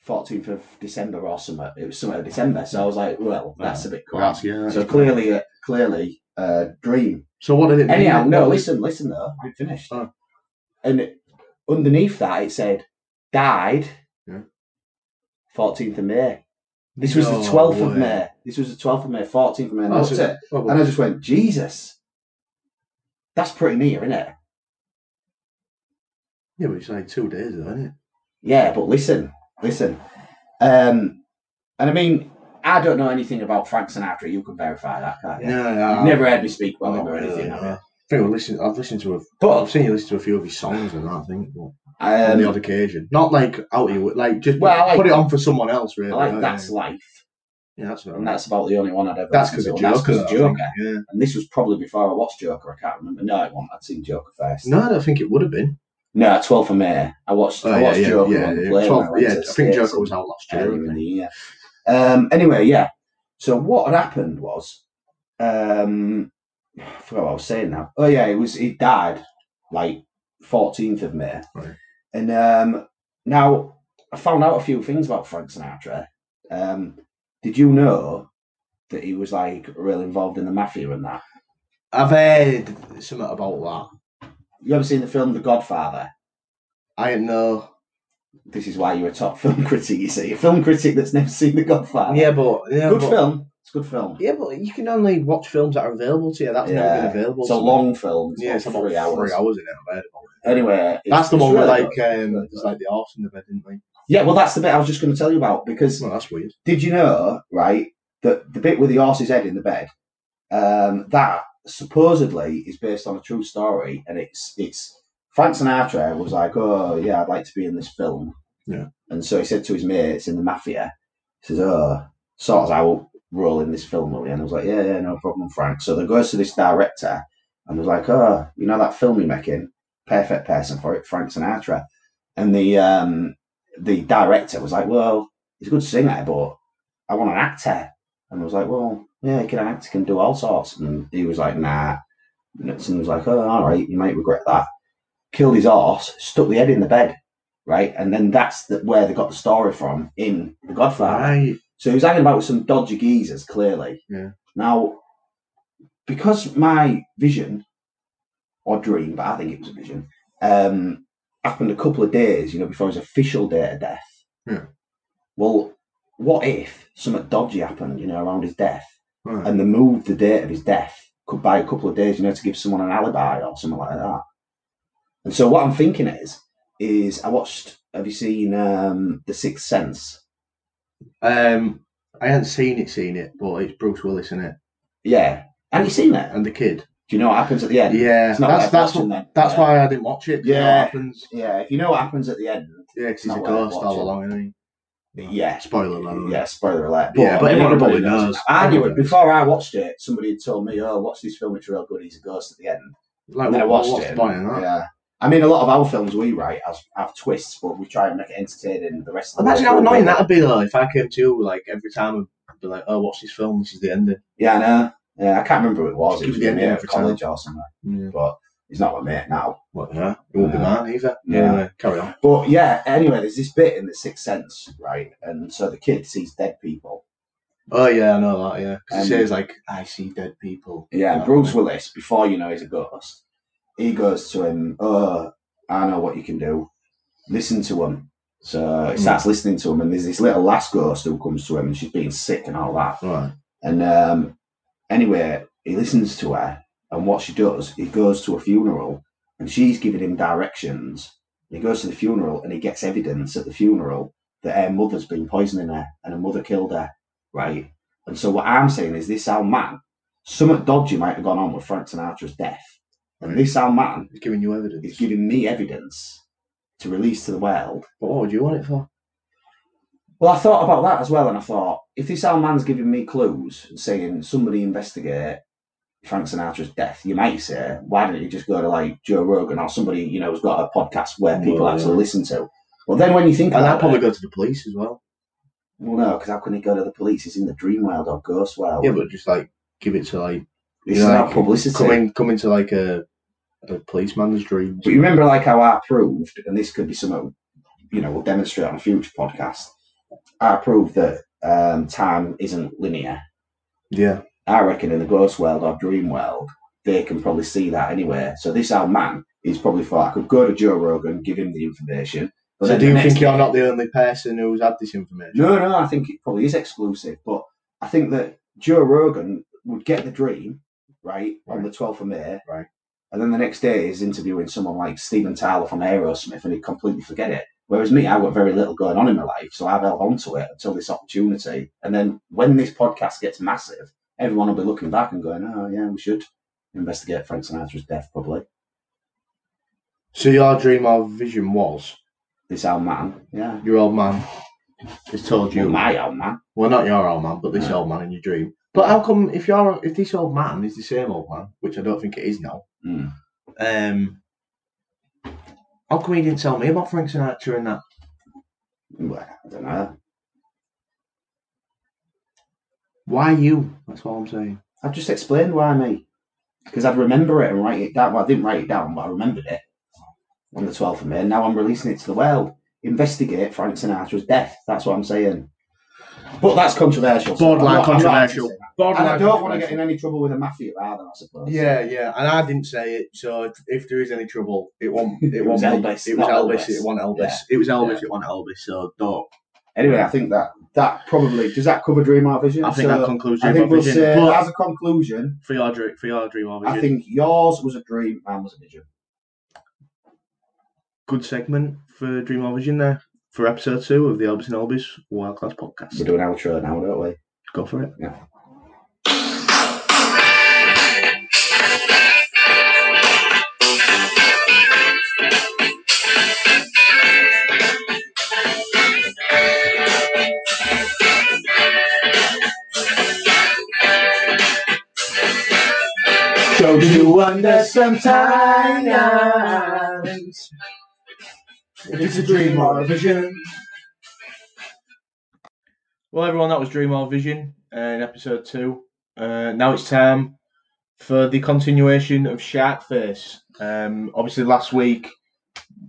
S2: 14th of December or summer. It was summer of December. So I was like, well, that's a bit crap.
S1: That's, yeah.
S2: So clearly, uh, clearly, uh, dream.
S1: So what did it mean?
S2: Anyhow, no,
S1: What-
S2: listen, listen though. I'm finished.
S1: Oh.
S2: And it- underneath that, it said, died
S1: Yeah.
S2: 14th of May. This was
S1: No
S2: the 12th of
S1: way.
S2: May. This was the 12th of May, 14th of May. And, I
S1: Oh,
S2: looked
S1: so-
S2: at it,
S1: oh, well,
S2: and I just went, Jesus, that's pretty near, isn't it?
S1: yeah, but it's like two days, though, isn't it?
S2: Yeah, but listen, listen. Um, and I mean, I don't know anything about Frank Sinatra. You can verify that, can't you?
S1: No, no.
S2: You've never heard me speak about
S1: Not
S2: him or
S1: Oh, really,
S2: anything,
S1: no.
S2: have you?
S1: I think I've listened, I've listened to a, I've
S2: But
S1: seen you listen to a few of his songs and that, I think, but on the
S2: um,
S1: odd occasion. Not like out here, like just
S2: Well, I like-
S1: put it on for someone else, really.
S2: I like
S1: yeah,
S2: That's Life,
S1: Yeah, yeah that's all
S2: and
S1: right.
S2: that's about the only one I'd ever.
S1: That's
S2: listened
S1: because of
S2: to, and that's
S1: Joker.
S2: 'cause
S1: I
S2: of
S1: think,
S2: Joker.
S1: Yeah.
S2: And this was probably before I watched Joker. I can't remember. No, I won't. I'd seen Joker first.
S1: No, I don't think it would have been.
S2: No, 12th of May. I watched.
S1: Oh,
S2: I
S1: yeah,
S2: watched
S1: yeah,
S2: Joker
S1: yeah,
S2: on the
S1: yeah.
S2: plane. when
S1: 12
S2: I went
S1: yeah
S2: to
S1: I
S2: the
S1: think
S2: States
S1: Joker
S2: and-
S1: was out last year.
S2: earlier
S1: I
S2: in
S1: think.
S2: the year. Um, anyway, yeah. So what had happened was, um, I forgot what I was saying now. Oh yeah, it was he died like fourteenth of May,
S1: Right.
S2: and um, now I found out a few things about Frank Sinatra. Um, did you know that he was like real involved in the mafia and that?
S1: I've heard something about that.
S2: You ever seen the film The Godfather?
S1: I didn't know.
S2: This is why you're a top film critic. You see, a film critic that's never seen The Godfather.
S1: Yeah, but yeah,
S2: good
S1: but,
S2: film. It's a good film.
S1: Yeah, but you can only watch films that are available to you. That's never
S2: Yeah.
S1: been available.
S2: It's a
S1: to me.
S2: long film. It's
S1: Yeah, it's about
S2: three hours.
S1: in it. I've heard about it.
S2: Anyway, it's-
S1: That's the
S2: it's
S1: one where
S2: really
S1: like
S2: good.
S1: um,
S2: Really
S1: there's
S2: good.
S1: like the arse in the bed, didn't they?
S2: yeah, well, that's the bit I was just going to tell you about because
S1: Well, that's weird.
S2: did you know, right, that the bit with the horse's head in the bed, um, that supposedly is based on a true story, and it's it's Frank Sinatra was like, oh yeah, I'd like to be in this film,
S1: Yeah.
S2: and so he said to his mates in the mafia, He says, "Oh, sorts out rolling this film with me," and I was like, "Yeah, yeah, no problem, Frank." So they goes to this director, and was like, "Oh, you know that film you're making? Perfect person for it, Frank Sinatra." And the um, the director was like, "Well, he's a good singer, but I want an actor." And I was like, "Well, yeah, he can act, he can do all sorts." And he was like, "Nah." Nixon was like, "Oh, all right, you might regret that." Killed his horse, stuck the head in the bed, right, and then that's the, where they got the story from in The Godfather.
S1: Right.
S2: So he was hanging about with some dodgy geezers, clearly.
S1: Yeah.
S2: Now, because my vision or dream, but I think it was a vision, um, happened a couple of days, you know, before his official date of death.
S1: Yeah.
S2: Well, what if something dodgy happened, you know, around his death,
S1: right.
S2: and they moved the date of his death could by a couple of days, you know, to give someone an alibi or something like that. And so what I'm thinking is, is I watched. Have you seen um, The Sixth Sense?
S1: Um, I hadn't seen it, seen it, but it's Bruce Willis in it
S2: Yeah. Have you seen that?
S1: and the kid.
S2: Do you know what happens at the end?
S1: Yeah,
S2: It's not
S1: that's
S2: worth
S1: that's
S2: watching
S1: what,
S2: then.
S1: that's
S2: yeah.
S1: why I didn't watch it. 'cause
S2: Yeah.
S1: it happens.
S2: Yeah, if you know what happens at the end,
S1: Yeah, because he's
S2: Not
S1: a
S2: worth
S1: ghost all
S2: watching.
S1: along, isn't he?
S2: yeah,
S1: Spoiler alert.
S2: yeah, spoiler alert.
S1: Mm. Yeah, but
S2: I mean,
S1: everybody knows.
S2: I knew it
S1: Everybody knows.
S2: before I watched it. Somebody had told me, "Oh, watch this film; it's real good. He's a ghost at the end."
S1: Like
S2: and then I
S1: what,
S2: watched
S1: what's
S2: it.
S1: the
S2: and-
S1: point in that?
S2: Yeah, I mean, a lot of our films we write have, have twists, but we try and make it entertaining. The rest of the
S1: Imagine
S2: way
S1: how
S2: through.
S1: annoying that'd be though if I came to you like every time I'd be like, Oh, watch this film, this is the ending.
S2: Yeah, I know. Yeah, I can't remember who it was.
S1: Just
S2: It
S1: give
S2: was
S1: it the
S2: the
S1: ending
S2: end of
S1: every time.
S2: college or something.
S1: Yeah.
S2: But he's not my mate now.
S1: Well yeah. It won't be
S2: Yeah.
S1: mine either.
S2: Yeah.
S1: Anyway, carry on.
S2: But yeah, anyway, there's this bit in The Sixth Sense, right? And so the kid sees dead people.
S1: Oh yeah, I know that, yeah. 'Cause
S2: Um,
S1: it says like I see dead people.
S2: Yeah, and
S1: Yeah.
S2: Bruce Willis, before you know he's a ghost, he goes to him, Oh, I know what you can do. Listen to him. So he starts listening to him, and there's this little last ghost who comes to him, and she's being sick and all that.
S1: Right.
S2: And um, anyway, he listens to her, and what she does, he goes to a funeral, and she's giving him directions. He goes to the funeral, and he gets evidence at the funeral that her mother's been poisoning her, and her mother killed her, right? And so what I'm saying is, this old man, something dodgy might have gone on with Frank Sinatra's death, and this old man
S1: It's giving you evidence.
S2: is giving me evidence to release to the world
S1: But what would you want it for?
S2: well, I thought about that as well, and I thought if this old man's giving me clues and saying somebody investigate Frank Sinatra's death, you might say, why don't you just go to like Joe Rogan or somebody you know who's got a podcast where people
S1: Well,
S2: actually
S1: yeah.
S2: listen to? But then when you think
S1: And
S2: about
S1: I'd probably
S2: it,
S1: go to the police as well.
S2: well, no, because how can he go to the police? He's in the dream world or ghost world.
S1: Yeah, but just like give it to like
S2: this
S1: you
S2: is
S1: know,
S2: not
S1: like,
S2: publicity.
S1: come in come into like a a policeman's dreams.
S2: But you remember, like how I proved, and this could be something you know we'll demonstrate on a future podcast. I proved that um, time isn't linear.
S1: Yeah.
S2: I reckon in the ghost world or dream world, they can probably see that anyway. So this old man, he's probably thought I could go to Joe Rogan, give him the information.
S1: so
S2: then
S1: do
S2: the
S1: you
S2: next-
S1: think you're not the only person who's had this information?
S2: No, no, I think it probably is exclusive, but I think that Joe Rogan would get the dream right, on
S1: Right.
S2: the twelfth of May,
S1: Right.
S2: and then the next day he's interviewing someone like Steven Tyler from Aerosmith, and he'd completely forget it. Whereas me, I've got very little going on in my life, so I've held on to it until this opportunity. And then when this podcast gets massive, everyone will be looking back and going, "Oh yeah, we should investigate Frank Sinatra's death." Probably
S1: So your dream or vision was
S2: this old man, yeah,
S1: your old man has told
S2: you
S1: you
S2: my old man.
S1: well not your old man, but this
S2: No.
S1: old man in your dream. But how come if you're if this old man is the same old man, which I don't think it is now,
S2: Mm.
S1: um how come he didn't tell me about Frank Sinatra and that?
S2: Well, I don't know.
S1: Why you? That's all I'm saying.
S2: I've just explained why me. Because I'd remember it and write it down. Well, I didn't write it down, but I remembered it on the 12th of May. Now I'm releasing it to the world. Investigate Frank Sinatra's death. That's what I'm saying. But that's controversial. so I'm
S1: Borderline
S2: not- I'm not
S1: controversial.
S2: actually saying that. And I don't want to get in any trouble with the mafia either, I suppose.
S1: Yeah, yeah, and I didn't say it. So if, if there is any trouble, it won't. It,
S2: It
S1: won't
S2: was
S1: be-
S2: Elvis,
S1: It was
S2: not
S1: Elvis,
S2: Elvis.
S1: It wasn't Elvis.
S2: Yeah.
S1: It was Elvis.
S2: Yeah.
S1: It wasn't Elvis. So don't.
S2: Anyway, I think that that probably does that cover Dream Our Vision.
S1: I think
S2: So
S1: that concludes
S2: I
S1: your
S2: think we'll
S1: vision.
S2: say
S1: But
S2: as a conclusion,
S1: for your dream, for your dream or
S2: I
S1: vision,
S2: think yours was a dream, mine was a vision.
S1: good segment for dream or vision there for episode two of the Elvis and Elvis World Class Podcast.
S2: We're doing outro now, don't we?
S1: Go for it. wonder sometimes if it's a dream or a vision. Well, everyone, that was Dream or Vision uh, in episode two. Uh, now it's time for the continuation of Shark Face. Um, obviously, last week,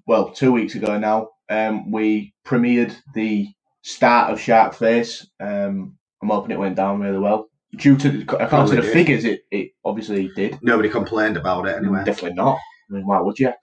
S1: well, two weeks ago now, um, we premiered the start of Shark Face. Um, I'm hoping it went down really well. Due to the, I can't see
S3: Probably
S1: the
S3: did.
S1: figures, it, it obviously did.
S3: Nobody complained about it anyway.
S1: Definitely not. I mean, why would you?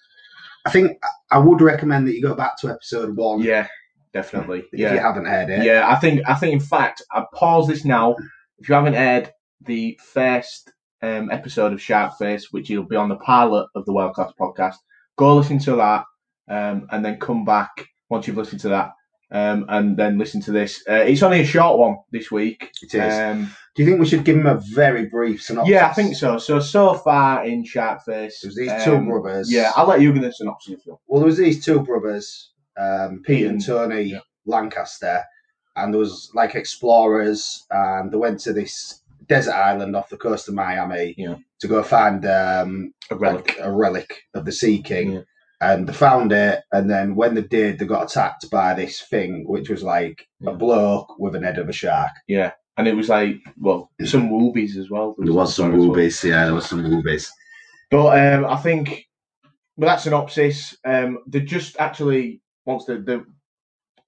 S3: I think I- I would recommend that you go back to episode one
S1: Yeah, definitely.
S3: if you haven't heard it.
S1: Yeah, I think I think in fact I pause this now. If you haven't aired the first um, episode of Shark Face, which will be on the pilot of the World Class Podcast, go listen to that, um, and then come back once you've listened to that, um, and then listen to this. Uh, it's only a short one this week.
S3: It is.
S1: Um,
S3: Do you think we should give him a very brief synopsis?
S1: yeah, I think so. So so far in Shark Face,
S3: It was these two
S1: um,
S3: brothers.
S1: Yeah, I'll let you give the synopsis if you want.
S3: Well, there was these two brothers, um, Pete and
S1: Pete
S3: Tony
S1: yeah.
S3: Lancaster, and there was like explorers, and they went to this desert island off the coast of Miami
S1: Yeah.
S3: to go find um,
S1: A
S3: like a relic of the Sea King.
S1: Yeah.
S3: And they found it, and then when they did, they got attacked by this thing, which was like a
S1: Yeah.
S3: bloke with an head of a shark.
S1: and it was like well some woobies as well. Sorry, as well.
S3: base, yeah, there was some woobies.
S1: But um, I think with that synopsis, um, they just actually once the, the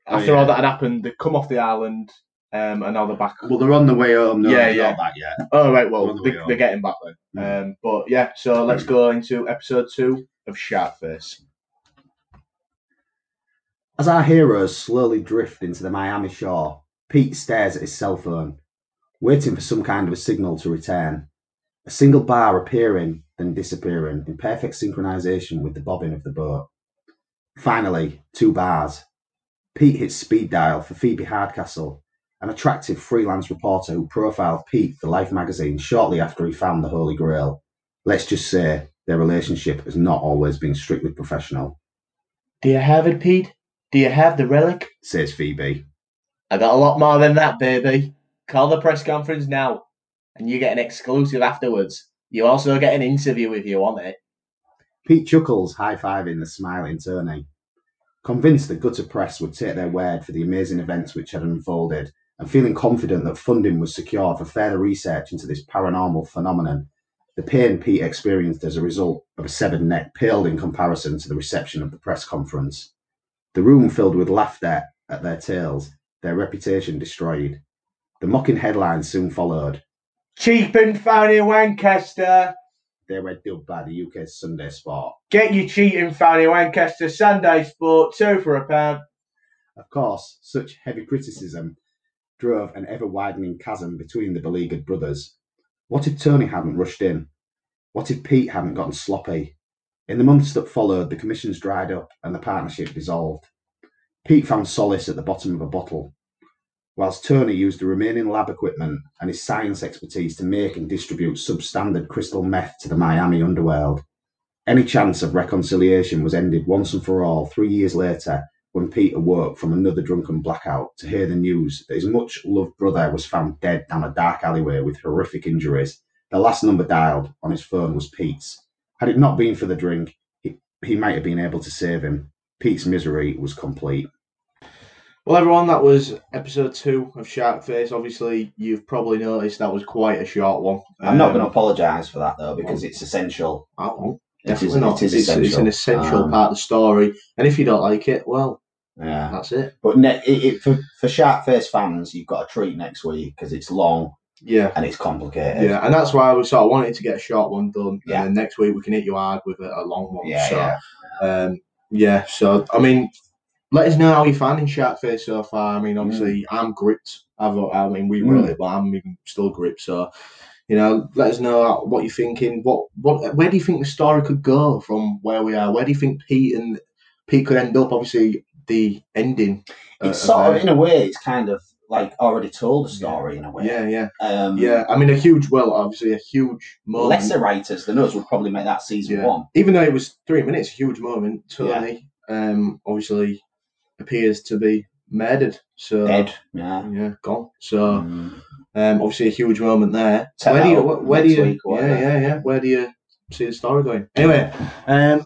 S3: Oh,
S1: after
S3: yeah.
S1: all that had happened, they come off the island um, and now they're back.
S3: Well, they're on the way home. No, yeah,
S1: Yeah, yeah.
S3: yeah. Back yet.
S1: oh right, well
S3: on the
S1: they,
S3: Oh, way on.
S1: they're getting back then. Um, but yeah, so let's go into episode two of Sharkface.
S2: As our heroes slowly drift into the Miami shore, Pete stares at his cell phone, waiting for some kind of a signal to return. A single bar appearing, then disappearing, in perfect synchronization with the bobbing of the boat. Finally, two bars. Pete hits speed dial for Phoebe Hardcastle, an attractive freelance reporter who profiled Pete for Life magazine shortly after he found the Holy Grail. Let's just say their relationship has not always been strictly professional,
S1: Do you have it, Pete? Do you have the relic?
S2: says Phoebe.
S1: I got a lot more than that, baby. Call the press conference now, and you get an exclusive afterwards. You also get an interview if you want it.
S2: Pete chuckles, high fiving the smiling Tony. Convinced that Gutter Press would take their word for the amazing events which had unfolded, and feeling confident that funding was secure for further research into this paranormal phenomenon, the pain Pete experienced as a result of a severed neck paled in comparison to the reception of the press conference. The room filled with laughter at their tales, their reputation destroyed. The mocking headlines soon followed.
S1: Cheap and phony Lancaster.
S2: They were dubbed by the UK's Sunday Sport.
S1: Get your cheating fanny Lancaster Sunday Sport two for a pound.
S2: Of course, such heavy criticism drove an ever widening chasm between the beleaguered brothers. What if Tony hadn't rushed in? What if Pete hadn't gotten sloppy? In the months that followed, the commissions dried up and the partnership dissolved. Pete found solace at the bottom of a bottle, whilst Tony used the remaining lab equipment and his science expertise to make and distribute substandard crystal meth to the Miami underworld. Any chance of reconciliation was ended once and for all three years later when Pete awoke from another drunken blackout to hear the news that his much loved brother was found dead down a dark alleyway with horrific injuries. The last number dialed on his phone was Pete's. Had it not been for the drink, he, he might have been able to save him. Pete's misery was complete.
S1: Well, everyone, that was episode two of Shark Face. Obviously, you've probably noticed that was quite a short one.
S2: I'm not
S1: Um,
S2: going to apologise for that though, because it's essential.
S1: I won't.
S2: It is-
S1: Definitely not.
S2: it is
S1: it's, it's an essential
S2: Um,
S1: part of the story. And if you don't like it, well,
S2: Yeah,
S1: that's it.
S2: but ne- it, it, for for sharp face fans, you've got a treat next week because it's long
S1: Yeah.
S2: and it's complicated.
S1: Yeah, and that's why we sort of wanted to get a short one done.
S2: Yeah.
S1: And then next week we can hit you hard with a, a long one.
S2: yeah,
S1: so,
S2: yeah.
S1: Um, yeah, so I mean, let us know how you're finding Shark Face so far. I mean, obviously, I'm gripped. I've, I mean, we
S2: Mm.
S1: really, but I'm even still gripped. So, you know, let us know what you're thinking. What, what, where do you think the story could go from where we are? Where do you think Pete and Pete could end up? Obviously, the ending. uh,
S2: It's sort of,
S1: it.
S2: in a way, it's kind of like already told a story in a way.
S1: yeah, yeah,
S2: Um,
S1: yeah. I mean, a huge, well, obviously, a huge moment.
S2: lesser writers than us would probably make that season
S1: Yeah.
S2: one.
S1: even though it was three minutes, a huge moment. Tony um, obviously appears to be murdered. So
S2: Dead. Yeah.
S1: yeah, gone. So
S2: Mm.
S1: um, obviously a huge moment there.
S2: Set
S1: where do
S2: that
S1: you
S2: up
S1: where, where do
S2: next
S1: you
S2: week or
S1: yeah
S2: whatever.
S1: yeah yeah where do you see the story going. Anyway, um,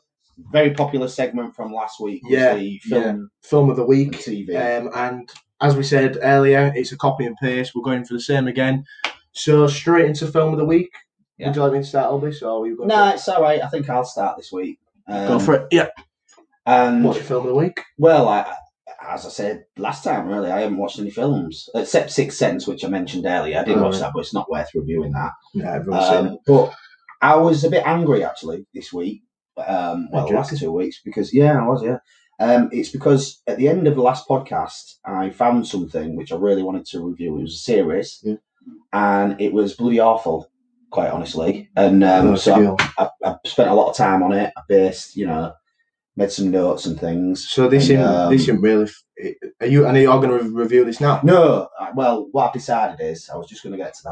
S2: Very popular segment from last week. Was
S1: Yeah,
S2: the film
S1: film of the
S2: and
S1: week.
S2: TV.
S1: Um, and as we said earlier, it's a copy and paste. We're going for the same again. So straight into film of the week.
S2: Yeah.
S1: Would you like me to start all this, or are you going
S2: no, it's all right. I think I'll start this week. Um,
S1: to go for it? Yeah.
S2: And
S1: What's your film of the week?
S2: Well, I, I- as I said last time, really, I haven't watched any films except Sixth Sense, which I mentioned earlier. I did
S1: Oh,
S2: watch
S1: right.
S2: that, but it's not worth reviewing that.
S1: Yeah, everyone's seen it.
S2: Um, but I was a bit angry actually this week. Um, well, the
S1: Okay.
S2: last two weeks because yeah, I was yeah. Um, it's because at the end of the last podcast, I found something which I really wanted to review. It was a series,
S1: Yeah.
S2: and it was bloody awful, quite honestly. And um,
S1: Oh,
S2: so
S1: skill.
S2: I, I, I spent a lot of time on it. I based, you know, made some notes and things.
S1: So this
S2: And,
S1: isn't
S2: um,
S1: this isn't really. f- Are you? And you're going to review this now?
S2: No, I- well, what I've decided is I was just going to get to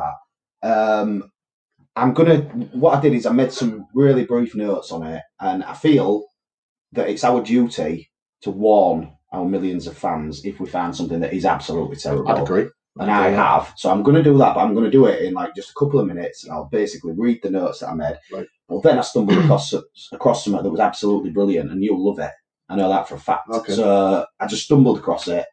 S2: that. Um, I'm gonna. What I did is I made some really brief notes on it, and I feel that it's our duty to warn our millions of fans if we find something that is absolutely terrible.
S1: agree.
S2: And I have, so I'm going to do that, but I'm going to do it in like just a couple of minutes, and I'll basically read the notes that I made.
S1: Right.
S2: But then I stumbled across across something that was absolutely brilliant, and you'll love it. I know that for a fact.
S1: Okay.
S2: So I just stumbled across it.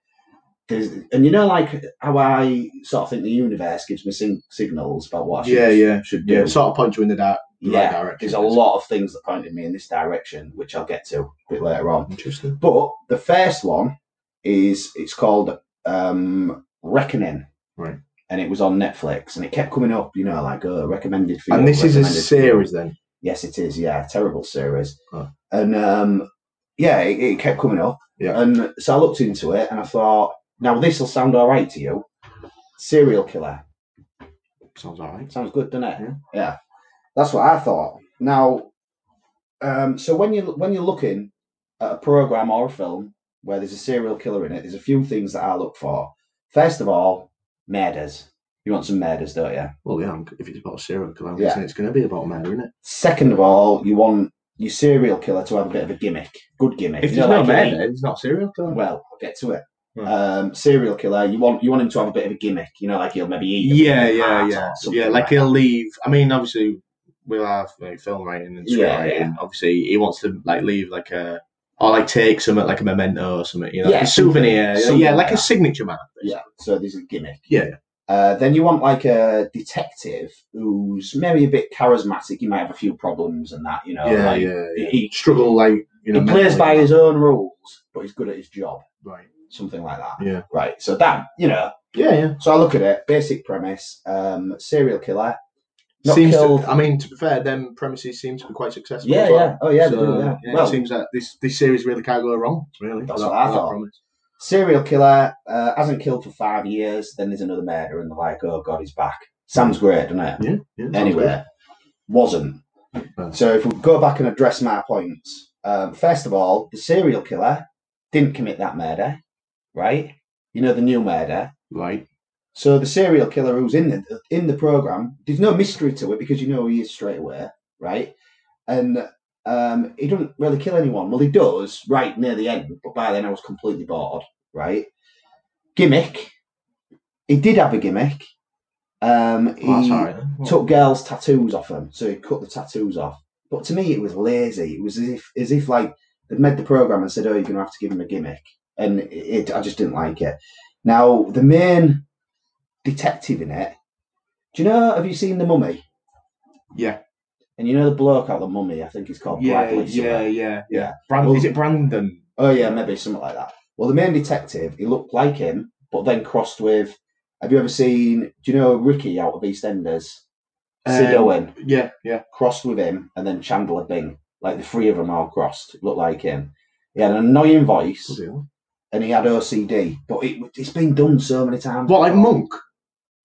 S2: There's, and you know, like how I sort of think the universe gives me sing- signals about what I should,
S1: Yeah, yeah,
S2: should do.
S1: yeah. Sort of point you in the dark. the right
S2: Yeah,
S1: direction,
S2: there's a
S1: basically.
S2: lot of things that pointed me in this direction, which I'll get to a bit later on.
S1: Interesting.
S2: But the first one is it's called um, Reckoning.
S1: Right.
S2: And it was on Netflix and it kept coming up, you know, like uh, recommended for you.
S1: And this is a
S2: recommended for you.
S1: series then.
S2: Yes, it is. Yeah, terrible series.
S1: Oh.
S2: And um, yeah, it, it kept coming up.
S1: Yeah.
S2: And so I looked into it and I thought, now this will sound all right to you. Serial killer.
S1: Sounds alright.
S2: Sounds good, doesn't it?
S1: Yeah.
S2: That's what I thought. Now, um, so when you when you're looking at a program or a film where there's a serial killer in it, there's a few things that I look for. First of all, murders. You want some murders, don't you?
S1: Well, yeah. I'm- If it's about a serial killer, I'm
S2: Yeah.
S1: guessing it's going to be about murder, isn't it?
S2: Second of all, you want your serial killer to have a bit of a gimmick, good gimmick.
S1: If
S2: You know,
S1: there's no
S2: like in-
S1: murder, it's not a serial killer.
S2: well, I'll get to it.
S1: Right.
S2: Um, serial killer, you want you want him to have a bit of a gimmick. You know, like he'll maybe eat. a
S1: yeah,
S2: bit of
S1: yeah,
S2: heart
S1: yeah,
S2: or something
S1: yeah. Like
S2: that.
S1: he'll leave. I mean, obviously, we'll have like, film writing and script
S2: Yeah,
S1: writing. Obviously, he wants to like leave like a or like take some like a memento or something. You know, like
S2: Yeah,
S1: a souvenir.
S2: something- something
S1: yeah, like
S2: like
S1: a
S2: that.
S1: signature mark.
S2: Yeah, so there's a gimmick.
S1: Yeah.
S2: Uh, then you want like a detective who's maybe a bit charismatic. He might have a few problems and that, you know.
S1: yeah,
S2: like,
S1: yeah, yeah.
S2: He,
S1: Struggle like you know.
S2: he plays
S1: mentally.
S2: by his own rules, but he's good at his job,
S1: right.
S2: something like that.
S1: Yeah.
S2: Right. So that, you know,
S1: Yeah, yeah.
S2: so I look at it. Basic premise: um, serial killer, not
S1: seems
S2: killed.
S1: to, I mean, to be fair, them premises seem to be quite successful.
S2: yeah,
S1: as well.
S2: yeah. Oh,
S1: So,
S2: yeah. they do, yeah.
S1: yeah,
S2: Well,
S1: it seems that this this series really can't go wrong. Really,
S2: That's
S1: That-
S2: what I
S1: that
S2: thought.
S1: promise.
S2: serial killer uh, hasn't killed for five years. Then there's another murder, and they're like, "Oh God, he's back." Sounds great, doesn't it?
S1: Yeah. yeah sounds
S2: anywhere wasn't.
S1: Oh.
S2: So if we go back and address my points, um, first of all, the serial killer didn't commit that murder, right? You know the new murder.
S1: good. Right.
S2: So the serial killer who's in the in the program, there's no mystery to it because you know who he is straight away, right? And um, he doesn't really kill anyone. Well, he does right near the end, but by then I was completely bored, right? Gimmick. He did have a gimmick. Um, he,
S1: Well, that's all right. then. Well,
S2: took girls' tattoos off them, so he cut the tattoos off. But to me, it was lazy. It was as if, as if like they'd made the program and said, "Oh, you're gonna have to give him a gimmick," and it, I just didn't like it. Now, the main detective in it, do you know? Have you seen the Mummy?
S1: Yeah.
S2: And you know the bloke out of the Mummy? I think he's called
S1: Yeah,
S2: Bradley.
S1: yeah,
S2: something.
S1: yeah, yeah.
S2: Yeah.
S1: Brand-
S2: Well-
S1: is it Brandon?
S2: Oh yeah, maybe something like that. Well, the main detective, he looked like him, but then crossed with. Have you ever seen? Do you know Ricky out of EastEnders? Sid
S1: Um,
S2: Owen.
S1: Yeah, yeah.
S2: crossed with him, and then Chandler Bing. Like the three of them all crossed, looked like him. He had an annoying voice, and he had OCD. But it, it's been done so many times.
S1: What like Monk?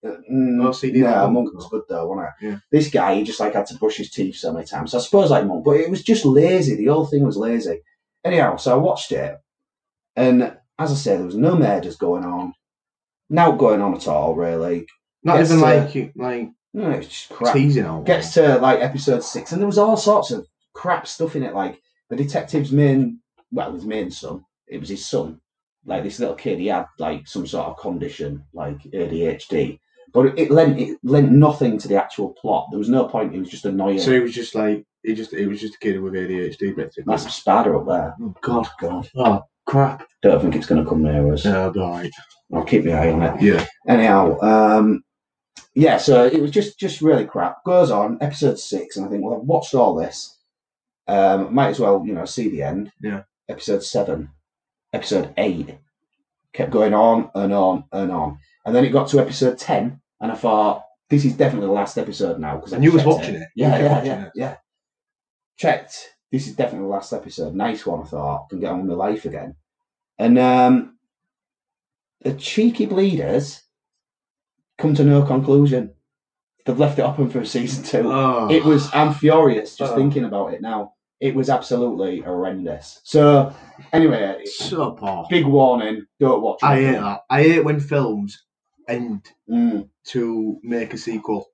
S2: Uh, mm,
S1: OCD like
S2: No,
S1: Monk?
S2: Monk was good though, wasn't it?
S1: Yeah.
S2: This guy, he just like had to brush his teeth so many times. So I suppose like Monk, but it was just lazy. The whole thing was lazy. Anyhow, so I watched it, and as I said, there was no murders going on, not going on at all, really.
S1: Not
S2: Yes,
S1: even
S2: uh,
S1: like you- like
S2: No, it's just crap.
S1: teasing out.
S2: gets to like episode six, and there was all sorts of crap stuff in it. Like the detective's main, well, his main son, it was his son. Like this little kid, he had like some sort of condition, like ADHD, but it lent it lent nothing to the actual plot. There was no point. It was just annoying.
S1: So he was just like He just he was just a kid with ADHD, basically.
S2: That's a spider up there.
S1: Oh God,
S2: God,
S1: oh crap!
S2: don't think it's going to come near us.
S1: No, right.
S2: I'll keep my eye on it.
S1: Yeah,
S2: Anyhow, um, yeah, so it was just just really crap. Goes on episode six, and I think, well, I've watched all this. Um, might as well, you know, see the end.
S1: Yeah.
S2: Episode seven, episode eight, kept going on and on and on, and then it got to episode ten, and I thought this is definitely the last episode now because
S1: and you was watching it. You
S2: Yeah,
S1: kept
S2: yeah,
S1: watching
S2: yeah, yeah. Checked. This is definitely the last episode. Nice one, I thought. Can get on with my life again. And um, the cheeky bleeders come to no conclusion. They've left it open for season
S1: it.
S2: two.
S1: Oh.
S2: It was. I'm furious just
S1: Oh.
S2: thinking about it now. It was absolutely horrendous. So, anyway,
S1: so poor.
S2: big warning: don't watch. it.
S1: I hate that. I hate when films end
S2: Mm.
S1: to make a sequel.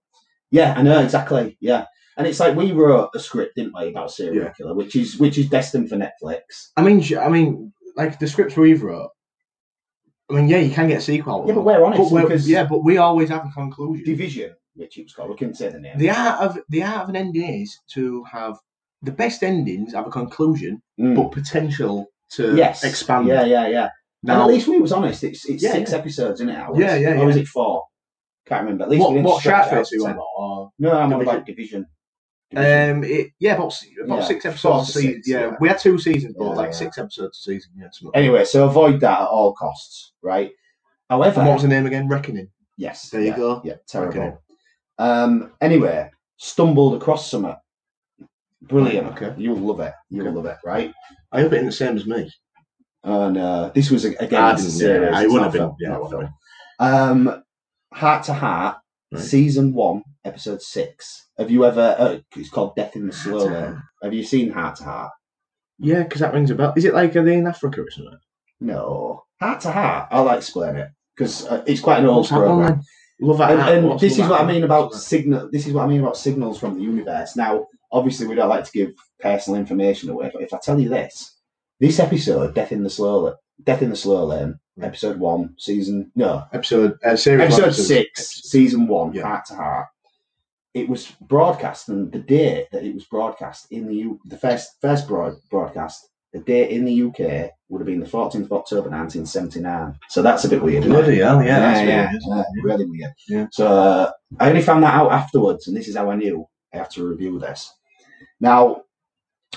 S2: Yeah, I know exactly. Yeah, and it's like we wrote a script, didn't we, about serial
S1: Yeah.
S2: killer, which is which is destined for Netflix.
S1: I mean, sh- I mean, like the scripts we've wrote. I mean, yeah, you can get a sequel. out of
S2: Yeah, but
S1: them,
S2: we're honest
S1: we're-
S2: because
S1: yeah, but we always have a conclusion.
S2: division, which it was called. We couldn't say the name.
S1: the art of the art of an ending is to have the best endings have a conclusion,
S2: Mm.
S1: but potential to
S2: yes,
S1: uh, expand.
S2: Yeah, yeah, yeah. and
S1: Now,
S2: at least we was honest. It's it's
S1: Yeah,
S2: six episodes, isn't it? Ours?
S1: Yeah, yeah,
S2: Or was it four? Can't remember. At least we
S1: what
S2: didn't
S1: what
S2: stretch
S1: shark
S2: it out
S1: face
S2: to
S1: you
S2: ten.
S1: on? Or,
S2: No, I'm on
S1: Division.
S2: about division. Division.
S1: um, it, yeah, about s- about
S2: Yeah,
S1: six
S2: four
S1: episodes.
S2: to
S1: a season.
S2: six,
S1: yeah.
S2: yeah.
S1: we had two seasons, but
S2: Yeah,
S1: like
S2: yeah.
S1: six episodes a season. Yeah, something like
S2: anyway, so avoid that at all costs, right?
S1: that. And what
S2: However,
S1: was the name again? Reckoning.
S2: yes,
S1: There you
S2: yeah.
S1: go.
S2: Yeah, terrible.
S1: Okay.
S2: Um, anyway, stumbled across summer. Brilliant.
S1: Okay.
S2: You'll love it. You'll
S1: Okay.
S2: love it, right?
S1: I hope it ain't the same as me.
S2: And uh, this was a- again.
S1: I
S2: it's a
S1: didn't,
S2: series,
S1: Ah, yeah, it
S2: it's
S1: wouldn't
S2: not
S1: have
S2: film,
S1: been, yeah,
S2: not
S1: it wouldn't
S2: film. Um, heart to heart,
S1: Right.
S2: season one, episode six. Have you ever? Uh, it's called Death in the Slow
S1: Heart to
S2: Lane. Have you seen Heart to Heart?
S1: Yeah, because that rings a bell. Is it like are they in Africa or something?
S2: No. Heart to Heart. I'll explain it because uh, it's quite an old
S1: What's that one
S2: program.
S1: then? Love that.
S2: and,
S1: hat.
S2: and
S1: What's
S2: this
S1: Love
S2: is
S1: That
S2: what I
S1: Hat?
S2: mean about
S1: What's
S2: signal. This is what I mean about signals from the universe. Now, obviously, we don't like to give personal information away, but if I tell you this, this episode, Death in the Slow, La- Death in the Slow Lane, episode one, season no,
S1: that? episode uh, series
S2: episode
S1: episode
S2: six, season one,
S1: Yeah.
S2: heart to heart. It was broadcast, and the day that it was broadcast in the U, the first first broad, broadcast, the date in the UK would have been the fourteenth of October, nineteen seventy nine. So that's a bit weird. isn't it?
S1: Bloody hell! Yeah, that's really
S2: yeah,
S1: good.
S2: yeah, really weird.
S1: Yeah.
S2: So uh, I only found that out afterwards, and this is how I knew I have to review this. Now,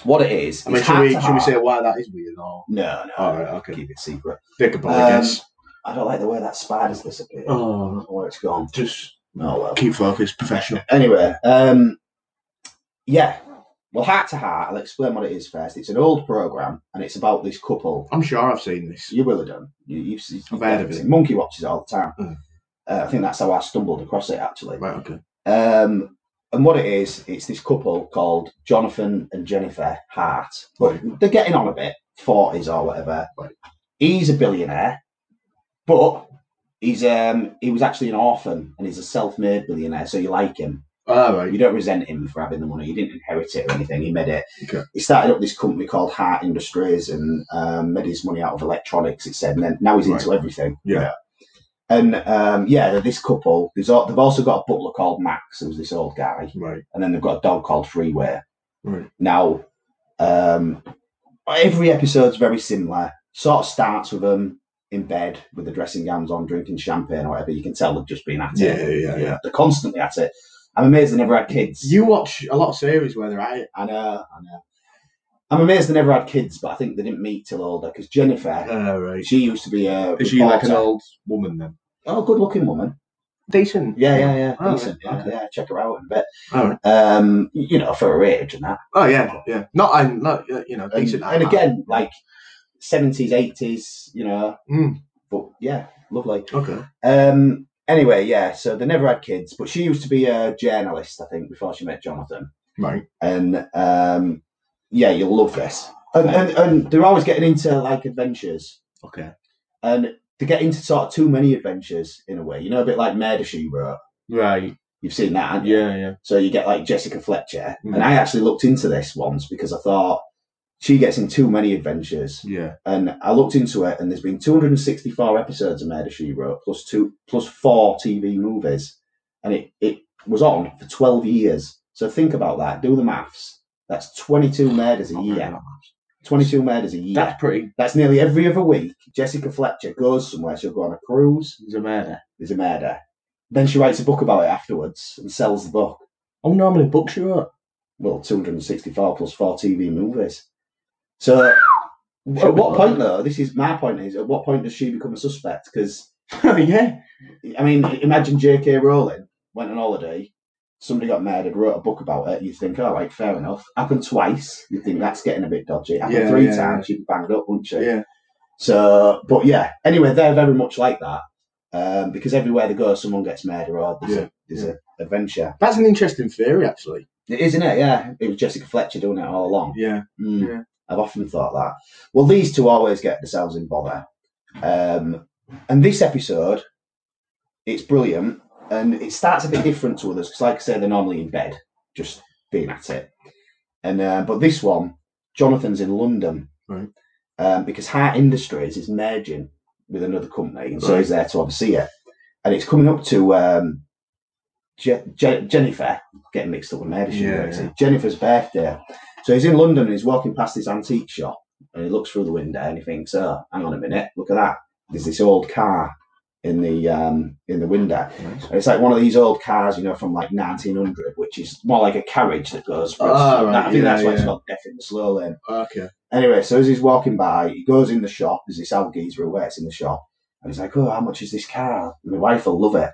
S2: what it is?
S1: I mean,
S2: it's
S1: should
S2: heart
S1: we
S2: to
S1: should we
S2: heart.
S1: say why that is weird? Or
S2: No, no.
S1: all right, okay.
S2: Keep it secret.
S1: Think about
S2: Um,
S1: it, I guess.
S2: I don't like the way that spider's disappeared. I
S1: Oh,
S2: don't know where it's gone.
S1: just
S2: No, well.
S1: keep focused, professional.
S2: Anyway, um, yeah. Well, heart to heart. I'll explain what it is first. It's an old program, and it's about this couple
S1: I'm sure I've seen this.
S2: You will have done. You, you've, you've
S1: I've heard of
S2: definitely
S1: it.
S2: seen- Monkey watches it all the time.
S1: Mm.
S2: Uh, I think that's how I stumbled across it actually.
S1: Right, okay.
S2: Um, and what it is, it's this couple called Jonathan and Jennifer Hart. But they're getting on a bit, forties or whatever.
S1: Right.
S2: He's a billionaire, but he's um he was actually an orphan and he's a self-made billionaire, so you like him.
S1: All
S2: You
S1: right.
S2: don't resent him for having the money. He didn't inherit it or anything. He made it.
S1: Okay.
S2: He started up this company called Hart Industries and um, made his money out of electronics. It said, and then now he's into everything.
S1: Yeah.
S2: And um, yeah, they're this couple. There's al- They've also got a butler called Max, who's this old guy,
S1: Right.
S2: and then they've got a dog called Freeway.
S1: Right.
S2: Now, um, every episode's very similar. Sort of starts with them in bed with the dressing gowns on, drinking champagne or whatever. You can tell they've just been at
S1: Yeah,
S2: it.
S1: yeah, yeah.
S2: They're constantly at it. I'm amazed they never had kids.
S1: You watch a lot of series where they're at it.
S2: I know, I know. I'm amazed they never had kids, but I think they didn't meet till older because Jennifer,
S1: All Uh, right.
S2: she used to be a
S1: Is she like an
S2: reporter.
S1: old woman then?
S2: oh, good looking woman.
S1: Decent.
S2: Yeah, yeah, yeah.
S1: Oh,
S2: decent.
S1: right,
S2: Yeah, yeah, check her out in a bit.
S1: All right.
S2: Um, you know, for her age and that.
S1: Oh yeah, yeah. Not I'm not uh, you know
S2: And,
S1: decent.
S2: and again, like seventies, eighties, you know.
S1: Mm.
S2: But yeah, lovely.
S1: okay.
S2: Um, anyway, yeah. So they never had kids, but she used to be a journalist, I think, before she met Jonathan.
S1: Right.
S2: and um, yeah, you'll love this. And, and and they're always getting into like adventures,
S1: Okay.
S2: and they get into sort of too many adventures in a way. You know, a bit like Murder She Wrote.
S1: Right.
S2: You've seen that, haven't you?
S1: Yeah, yeah.
S2: So you get like Jessica Fletcher,
S1: Mm.
S2: and I actually looked into this once because I thought she gets in too many adventures,
S1: Yeah.
S2: and I looked into it, and there's been 264 episodes of Murder She Wrote plus two plus four TV movies, and it it was on for 12 years. So think about that. Do the maths. That's 22 murders a
S1: Not
S2: year.
S1: really that much.
S2: 22 murders a year.
S1: That's pretty.
S2: That's nearly every other week. Jessica Fletcher goes somewhere. She'll go on a cruise.
S1: There's a murder.
S2: There's a murder. Then she writes a book about it afterwards and sells the book.
S1: Oh, no, how many books you wrote?
S2: Well, 264 plus four TV movies. So at
S1: Should be
S2: what
S1: low.
S2: point, though, this is my point is at what point does she become a suspect? Because
S1: yeah.
S2: I mean, imagine J.K. Rowling went on holiday, somebody got murdered, wrote a book about it. You think, all right, fair enough. Happened twice. You think that's getting a bit dodgy. Happened
S1: Yeah,
S2: three
S1: yeah,
S2: times. She'd be banged up, wouldn't she?
S1: Yeah.
S2: So, but yeah. Anyway, they're very much like that um, because everywhere they go, someone gets murdered or there's,
S1: Yeah,
S2: a, there's
S1: yeah.
S2: a adventure.
S1: That's an interesting theory, actually.
S2: It is, isn't it? Yeah, it was Jessica Fletcher doing it all along.
S1: Yeah.
S2: Mm.
S1: Yeah.
S2: I've often thought that. Well, these two always get themselves in bother. Um, and this episode, it's brilliant. And it starts a bit different to others because, like I say, they're normally in bed, just being at it. And uh, But this one, Jonathan's in London
S1: Right.
S2: um, because Heart Industries is merging with another company. And so he's there to oversee it. And it's coming up to um, Je- Je- Jennifer, getting mixed up with murder,
S1: Yeah,
S2: yeah,
S1: yeah.
S2: Jennifer's birthday. So he's in London and he's walking past this antique shop and he looks through the window and he thinks, "Oh, hang on a minute, look at that! There's this old car in the um, in the window.
S1: Nice.
S2: And it's like one of these old cars, you know, from like 1900, which is more like a carriage that goes. For
S1: Ah, right,
S2: I think
S1: yeah,
S2: that's why it's
S1: yeah.
S2: called Death in the Slow Lane.
S1: Okay.
S2: Anyway, so as he's walking by, he goes in the shop. There's this old geezer who works in the shop, and he's like, "Oh, how much is this car? My wife will love it."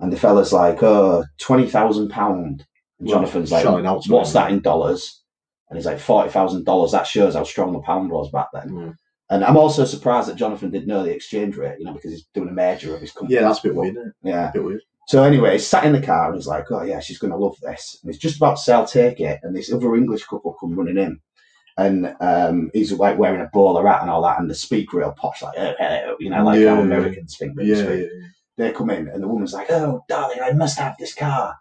S2: And the fella's like, "Oh, twenty thousand pound." And Jonathan's like,
S1: Shouting out to
S2: what's
S1: him.
S2: that in dollars? And he's like, forty thousand dollars. That shows how strong the pound was back then.
S1: Mm.
S2: And I'm also surprised that Jonathan did know the exchange rate, you know, because he's doing a merger of his company.
S1: Yeah, that's a bit weird, isn't it?
S2: Yeah.
S1: A bit weird.
S2: So anyway, he's sat in the car and he's like, "Oh yeah, she's going to love this." And he's just about to sell take it, and this other English couple come running in, and um, he's like wearing a bowler hat and all that, and the speak real posh, like "Eh, eh, eh," you know, like
S1: Yeah,
S2: how
S1: yeah.
S2: Americans think they
S1: Yeah,
S2: speak
S1: yeah,
S2: they come in and the woman's like, "Oh, darling, I must have this car,"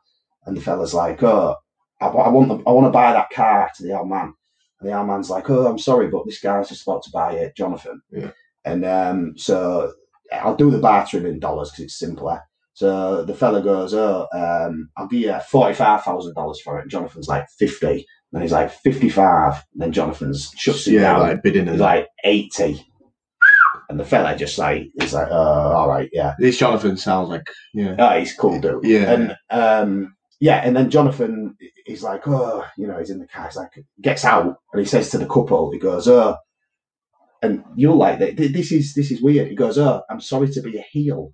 S2: and the fella's like, "Oh, I, I want the, I want to buy that car to the old man," and the old man's like, "Oh, I'm sorry, but this guy's just about to buy it, Jonathan."
S1: Yeah.
S2: And um, so I'll do the bartering in dollars because it's simpler. So the fella goes, "Oh, um, I'll give you forty-five thousand dollars for it." And Jonathan's like fifty, and he's like fifty-five, and then Jonathan's shuts it
S1: yeah.
S2: down.
S1: like bidding
S2: He's
S1: and
S2: like eighty, and the fella just like is like, "Oh, all right, yeah."
S1: This Jonathan sounds like, yeah.
S2: Oh, he's cool, dude.
S1: Yeah.
S2: And um, yeah, and then Jonathan is like, oh, you know, he's in the car. He's like, gets out, and he says to the couple, he goes, oh, and you're like, th- th- this is this is weird. He goes, oh, I'm sorry to be a heel.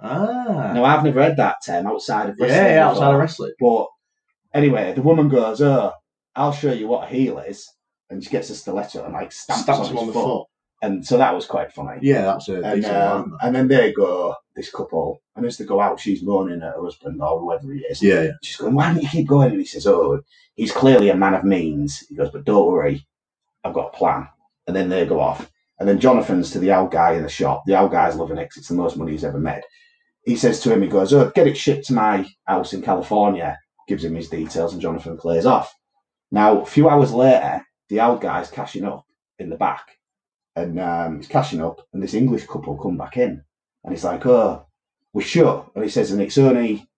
S1: Ah.
S2: Now I've never heard that term outside of wrestling.
S1: yeah, yeah, outside
S2: before.
S1: of wrestling.
S2: But anyway, the woman goes, oh, I'll show you what a heel is, and she gets a stiletto and like stamps,
S1: Stamps
S2: on,
S1: him
S2: his
S1: on the
S2: foot.
S1: foot.
S2: and so that was quite funny.
S1: Yeah, that's a
S2: And,
S1: decent
S2: um,
S1: one.
S2: and then they go, this couple, and as they go out, she's moaning at her husband or whoever he is.
S1: Yeah, yeah.
S2: She's going, why don't you keep going? And he says, oh, he's clearly a man of means. He goes, but don't worry, I've got a plan. And then they go off. And then Jonathan's to the old guy in the shop. The old guy's loving it 'cause it's the most money he's ever made. He says to him, he goes, oh, get it shipped to my house in California. Gives him his details and Jonathan clears off. Now, a few hours later, the old guy's cashing up in the back and um, he's cashing up, and this English couple come back in, and he's like, "Oh, we're shut," and he says, "And it's only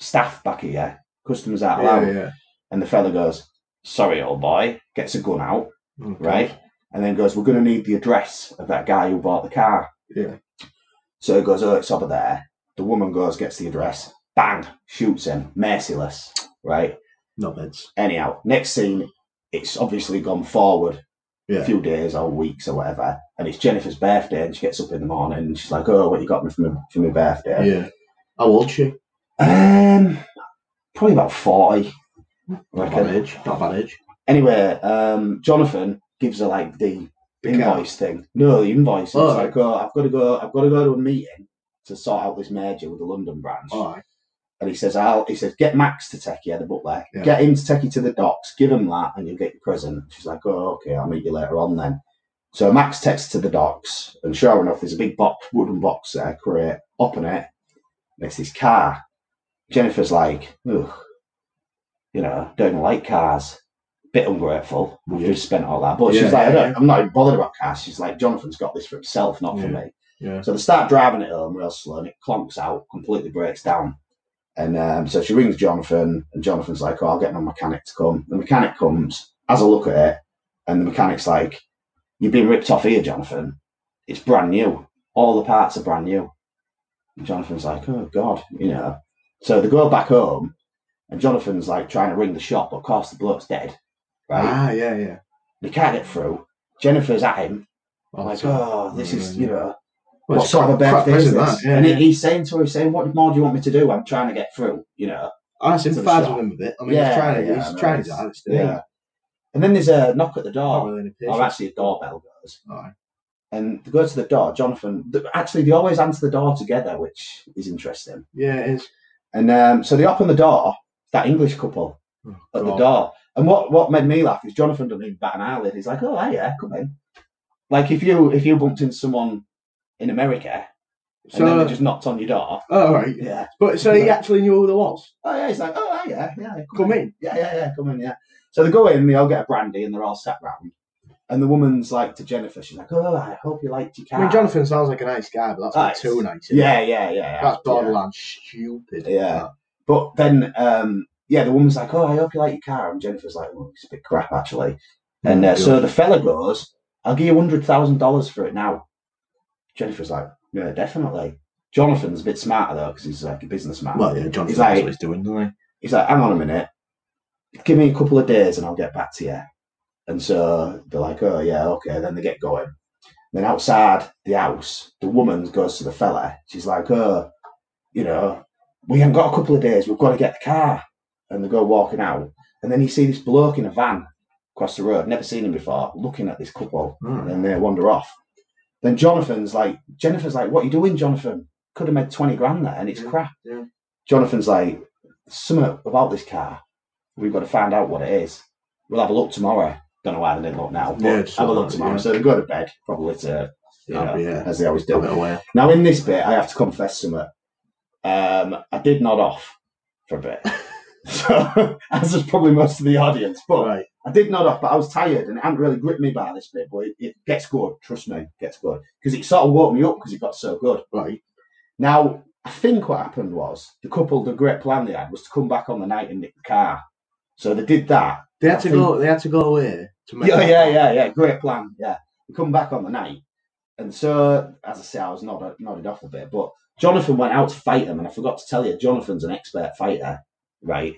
S2: staff back here, customers out allowed."
S1: Yeah, yeah.
S2: And the fella goes, "Sorry, old boy," gets a gun out,
S1: Okay.
S2: right, and then goes, "We're going to need the address of that guy who bought the car."
S1: Yeah.
S2: So he goes, "Oh, it's over there." The woman goes, gets the address, bang, shoots him, merciless, right?
S1: Not beds.
S2: Anyhow, next scene, it's obviously gone forward
S1: Yeah.
S2: a few days or weeks or whatever. And it's Jennifer's birthday, and she gets up in the morning and she's like, Oh, what you got me for my, for my birthday?
S1: Yeah. How old she?
S2: Um, probably about 40. I
S1: Not
S2: reckon.
S1: bad age. Not bad age.
S2: Anyway, um, Jonathan gives her like the
S1: Big
S2: invoice thing. No, the invoice. It's
S1: Oh.
S2: like, Oh, I've got to go, I've got to go to a meeting to sort out this merger with the London branch.
S1: All right.
S2: And he says, I'll, he says, get Max to take you, the butler.
S1: Yeah.
S2: Get him to take you to the docks. Give him that and you'll get your present. She's like, oh, okay, I'll meet you later on then. So Max takes to the docks. And sure enough, there's a big box, wooden box there, crate, open it. And it's this car. Jennifer's like, ugh, you know, don't even like cars. Bit ungrateful. I've
S1: Yeah.
S2: just spent all that. But
S1: Yeah,
S2: she's like, I
S1: yeah,
S2: don't,
S1: yeah.
S2: I'm not even bothered about cars. She's like, Jonathan's got this for himself, not for
S1: Yeah.
S2: me.
S1: Yeah.
S2: So they start driving it home real slow and it clonks out, completely breaks down. And um, so she rings Jonathan, and Jonathan's like, "Oh, I'll get my mechanic to come." The mechanic comes, has a look at it, and the mechanic's like, "You've been ripped off here, Jonathan. It's brand new. All the parts are brand new." And Jonathan's like, "Oh God," you know. So they go back home, and Jonathan's like trying to ring the shop, but of course the bloke's dead, right?
S1: Ah, yeah, yeah.
S2: They can't get through. Jennifer's at him,
S1: Oh,
S2: like,
S1: so-
S2: "Oh, this is
S1: Mm.
S2: you know."
S1: Well,
S2: what
S1: it's
S2: sort of a
S1: crap- crap
S2: birthday is
S1: present,
S2: this?
S1: that, yeah,
S2: and he-
S1: yeah.
S2: he's saying to her, he's saying, what more do you want me to do? I'm trying to get through, you know.
S1: I sympathise
S2: shop.
S1: with him a bit. I mean,
S2: Yeah,
S1: he's trying.
S2: yeah, I
S1: he's
S2: know,
S1: trying his
S2: it's-
S1: hardest.
S2: Yeah.
S1: Yeah. Oh,
S2: And then there's a knock at the
S1: Not
S2: door,
S1: really an
S2: or
S1: official.
S2: actually a doorbell goes,
S1: Alright.
S2: and they go to the door. Jonathan, th- actually, they always answer the door together, which is interesting.
S1: Yeah, it is.
S2: And um, so they open the door, that English couple
S1: Oh,
S2: at the
S1: God.
S2: door. And what, what made me laugh is Jonathan doesn't even bat an eyelid. He's like, oh, yeah, come in. Like if you if you bumped into someone in America and then
S1: So,
S2: they just knocked on your door,
S1: oh, all right.
S2: yeah.
S1: But so he actually knew who there was.
S2: Oh yeah, he's like, oh yeah, yeah,
S1: Come in.
S2: yeah, yeah, yeah, come in, yeah. So they go in, they all get a brandy, and they're all sat round. And the woman's like to Jennifer, she's like, oh, I hope you liked your car.
S1: I mean, Jonathan sounds like a nice guy, but that's
S2: Nice.
S1: not too Ah. nice. is it?
S2: yeah, yeah, yeah,
S1: That's
S2: yeah.
S1: borderline stupid.
S2: Yeah. But then, um, yeah, the woman's like, oh, I hope you like your car, and Jennifer's like, well, it's a bit crap actually. And uh, so the fella goes, I'll give you hundred thousand dollars for it now. Jennifer's like, yeah, definitely. Jonathan's a bit smarter though because he's like a businessman.
S1: Well, yeah, Jonathan
S2: He's
S1: knows
S2: like-
S1: what he's doing, doesn't
S2: He's like, hang on a minute. Give me a couple of days and I'll get back to you. And so they're like, oh, yeah, okay. Then they get going. Then outside the house, the woman goes to the fella. She's like, oh, you know, we haven't got a couple of days. We've got to get the car. And they go walking out. And then you see this bloke in a van across the road, never seen him before, looking at this couple.
S1: he?
S2: And then they wander off. Then Jonathan's like, Jennifer's like, what are you doing, Jonathan? Could have made 20 grand there and it's
S1: Yeah,
S2: crap.
S1: yeah.
S2: Jonathan's like, something about this car. We've got to find out what it is. We'll have a look tomorrow. Don't know why they didn't look now, but
S1: Yeah, just
S2: have a
S1: like
S2: look
S1: that,
S2: tomorrow.
S1: yeah.
S2: So they go to bed, probably to, you
S1: Yeah,
S2: know,
S1: yeah.
S2: as they always
S1: Give
S2: do.
S1: it away.
S2: Now, in this bit, I have to confess something. Um, I did nod off for a bit. so, as is probably most of the audience, but
S1: Right.
S2: I did nod off, but I was tired and it hadn't really gripped me by this bit. But it, it gets good, trust me, it gets good. Because it sort of woke me up because it got so good.
S1: Right.
S2: Now, I think what happened was the couple, the great plan they had was to come back on the night and nick the car. So they did that.
S1: They
S2: I
S1: had to
S2: think-
S1: go. They had to go away. To make
S2: Yeah,
S1: that
S2: yeah,
S1: call.
S2: yeah, yeah. Great plan. Yeah. They come back on the night. And so, as I say, I was nodded, nodded off a bit. But Jonathan went out to fight him. And I forgot to tell you, Jonathan's an expert fighter, right?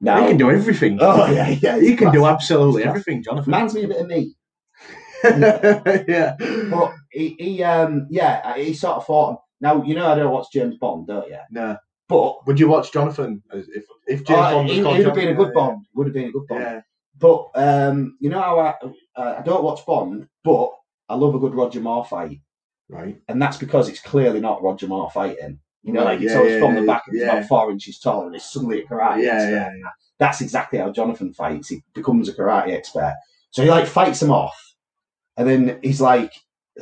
S2: Now,
S1: He can do everything.
S2: Oh, yeah, yeah.
S1: He can do absolutely
S2: Class.
S1: everything, Jonathan.
S2: Reminds me a bit of me.
S1: yeah.
S2: But he, he um, yeah, he sort of fought him. Now, you know, I don't watch James Bond, don't you?
S1: No.
S2: But
S1: Would you watch Jonathan as- if if James
S2: Oh,
S1: Bond was
S2: he,
S1: called
S2: would have been a
S1: Jonathan?
S2: good Bond. Would have been a good Bond.
S1: Yeah.
S2: But um, you know how I, uh, I don't watch Bond, but I love a good Roger Moore fight,
S1: Right.
S2: and that's because it's clearly not Roger Moore fighting. You know, like it's
S1: Yeah,
S2: always
S1: yeah,
S2: from the
S1: yeah,
S2: back, and it's
S1: yeah.
S2: about four inches tall, and it's suddenly a karate.
S1: yeah,
S2: expert.
S1: yeah,
S2: That's exactly how Jonathan fights. He becomes a karate expert. So he like fights him off, and then he's like